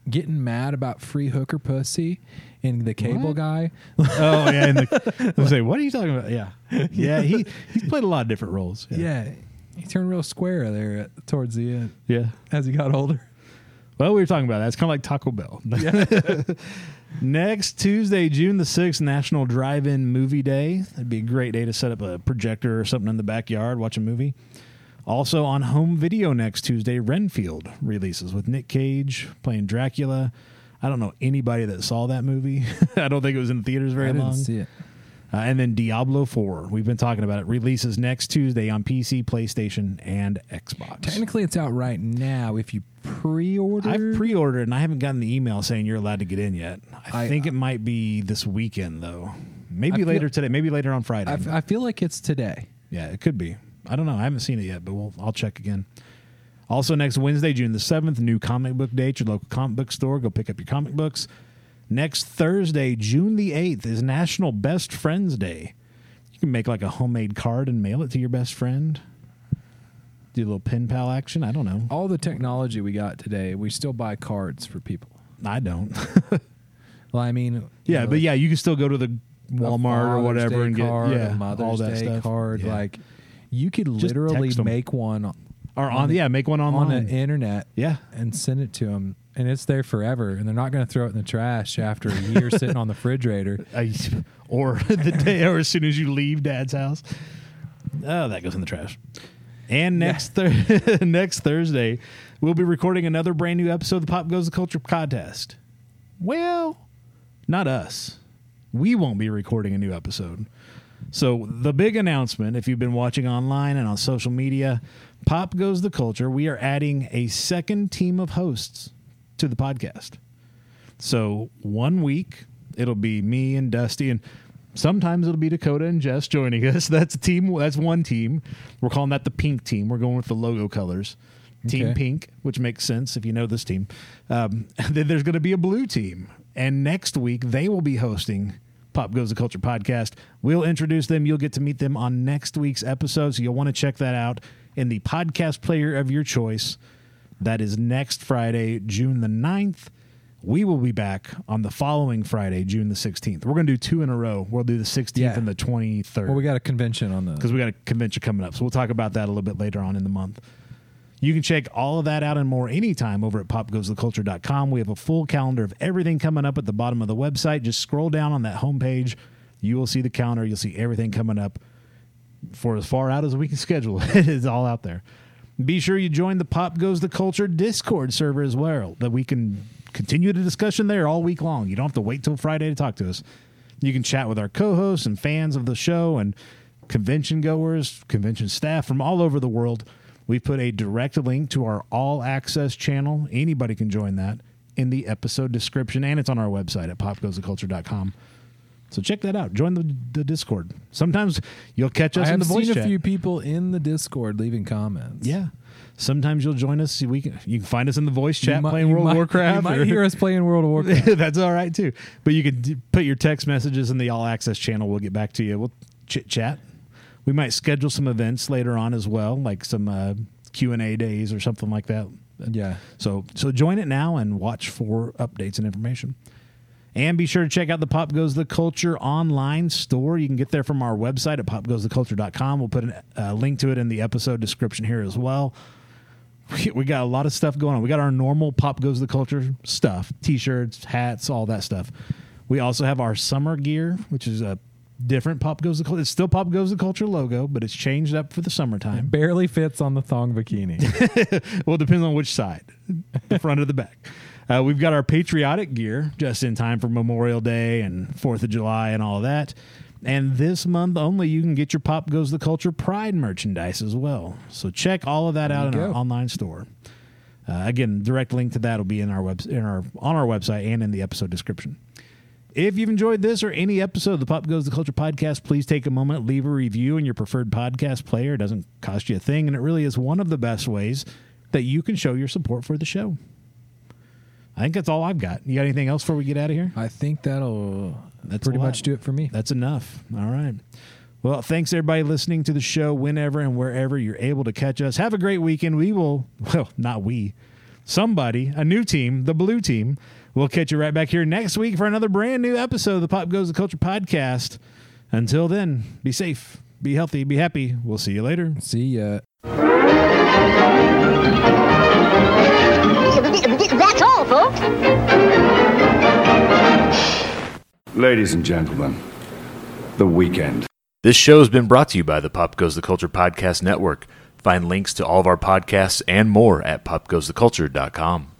B: getting mad about free hooker pussy and the cable
A: What?
B: guy.
A: oh yeah. And the, I was like, what are you talking about? Yeah, yeah. He he's played a lot of different roles.
B: Yeah, he turned real square there at, towards the end
A: yeah.
B: as he got older.
A: Well, we were talking about that. It's kind of like Taco Bell. Next Tuesday, June the 6th, National Drive In Movie Day. That'd be a great day to set up a projector or something in the backyard, watch a movie. Also on home video next Tuesday, Renfield releases with Nick Cage playing Dracula. I don't know anybody that saw that movie. I don't think it was in theaters very
B: I didn't
A: long.
B: see it.
A: Uh, and then Diablo 4, we've been talking about it, releases next Tuesday on PC, PlayStation, and Xbox.
B: Technically, it's out right now if you pre-order.
A: I've pre-ordered and I haven't gotten the email saying you're allowed to get in yet. I,
B: I- uh,
A: think it might be this weekend though. Maybe
B: I feel-
A: later today. Maybe later on Friday.
B: I f- I feel like it's today.
A: yeah, it could be. I don't know. I haven't seen it yet, but we'll I'll check again. Also next Wednesday, June the seventh, new comic book day at your local comic book store. Go pick up your comic books. Next Thursday, June the eighth, is National Best Friends Day. You can make like a homemade card and mail it to your best friend. Do a little pen pal action. I don't know.
B: All the technology we got today, we still buy cards for people.
A: I don't.
B: Well, I mean, you
A: Yeah,
B: know,
A: but
B: like
A: yeah, you can still go to the
B: a
A: Walmart or
B: Father's Day
A: whatever and get
B: card,
A: yeah,
B: a Mother's
A: all that
B: Day
A: stuff.
B: card.
A: Yeah.
B: Like, you could
A: Just
B: literally
A: text 'em.
B: make one
A: or on,
B: the-
A: yeah, make one
B: on
A: online.
B: the internet
A: yeah,
B: and send it to them, and it's there forever, and they're not going to throw it in the trash after a year sitting on the refrigerator.
A: I, or the day or as soon as you leave Dad's house. Oh, that goes in the trash. And next Thur- next Thursday, we'll be recording another brand new episode of the Pop Goes the Culture podcast. Well, not us. We won't be recording a new episode. So, the big announcement if you've been watching online and on social media, Pop Goes the Culture, we are adding a second team of hosts to the podcast. So, one week, it'll be me and Dusty, and sometimes it'll be Dakota and Jess joining us. That's a team. That's one team. We're calling that the pink team. We're going with the logo colors. Team
B: Okay.
A: pink, which makes sense if you know this team. Um, then there's going to be a blue team. And next week, they will be hosting Pop Goes the Culture podcast. We'll introduce them. You'll get to meet them on next week's episode. So you'll want to check that out in the podcast player of your choice. That is next Friday, June the 9th. We will be back on the following Friday, June the 16th. We're going to do two in a row. We'll do the 16th
B: Yeah.
A: and the 23rd
B: Well, we got a convention on the.
A: because we got a convention coming up. So we'll talk about that a little bit later on in the month. You can check all of that out and more anytime over at popgoestheculture.com. We have a full calendar of everything coming up at the bottom of the website. Just scroll down on that homepage. You will see the counter. You'll see everything coming up for as far out as we can schedule. it is all out there. Be sure you join the Pop Goes the Culture Discord server as well, that we can continue the discussion there all week long. You don't have to wait till Friday to talk to us. You can chat with our co hosts and fans of the show and convention goers, convention staff from all over the world. We put a direct link to our all access channel. Anybody can join that in the episode description, and it's on our website at popgoestheculture.com. So check that out. Join the, the Discord. Sometimes you'll catch us
B: I
A: in
B: have
A: the voice
B: seen
A: chat.
B: a few people in the Discord leaving comments.
A: Yeah. Sometimes you'll join us. We can, you can find us in the voice
B: You
A: chat
B: mi-
A: playing
B: you
A: World of
B: might-
A: Warcraft.
B: You might
A: or-
B: hear us playing World of Warcraft.
A: That's all right too. But you can d- put your text messages in the all access channel. We'll get back to you. We'll chit chat. We might schedule some events later on as well, like some uh, Q and A days or something like that.
B: yeah.
A: So so join it now and watch for updates and information. And be sure to check out the Pop Goes the Culture online store. You can get there from our website at popgoestheculture.com. We'll put a uh, link to it in the episode description here as well. We, we got a lot of stuff going on. We got our normal Pop Goes the Culture stuff t shirts, hats, all that stuff. We also have our summer gear, which is a different Pop Goes the Culture. It's still Pop Goes the Culture logo, but it's changed up for the summertime.
B: Barely fits on the thong bikini.
A: Well, it depends on which side, the front or the back. Uh, we've got our patriotic gear just in time for Memorial Day and Fourth of July and all that. And this month only, you can get your Pop Goes the Culture Pride merchandise as well. So check all of that out in
B: you
A: our
B: go.
A: online store. Uh, again, direct link to that will be in our web in our on our website and in the episode description. If you've enjoyed this or any episode of the Pop Goes the Culture podcast, please take a moment, leave a review in your preferred podcast player. It doesn't cost you a thing, and it really is one of the best ways that you can show your support for the show. I think that's all I've got. You got anything else before we get out of here?
B: I think that'll
A: That's
B: pretty
A: a lot.
B: much do it for me.
A: That's enough. All right. Well, thanks everybody listening to the show whenever and wherever you're able to catch us. Have a great weekend. We will, well, not we, somebody, a new team, the blue team, will catch you right back here next week for another brand new episode of the Pop Goes the Culture podcast. Until then, be safe, be healthy, be happy. We'll see you later.
B: See ya.
H: That's all, folks.
I: Ladies and gentlemen, the weekend.
J: This show has been brought to you by the Pop Goes the Culture Podcast Network. Find links to all of our podcasts and more at popgoestheculture.com.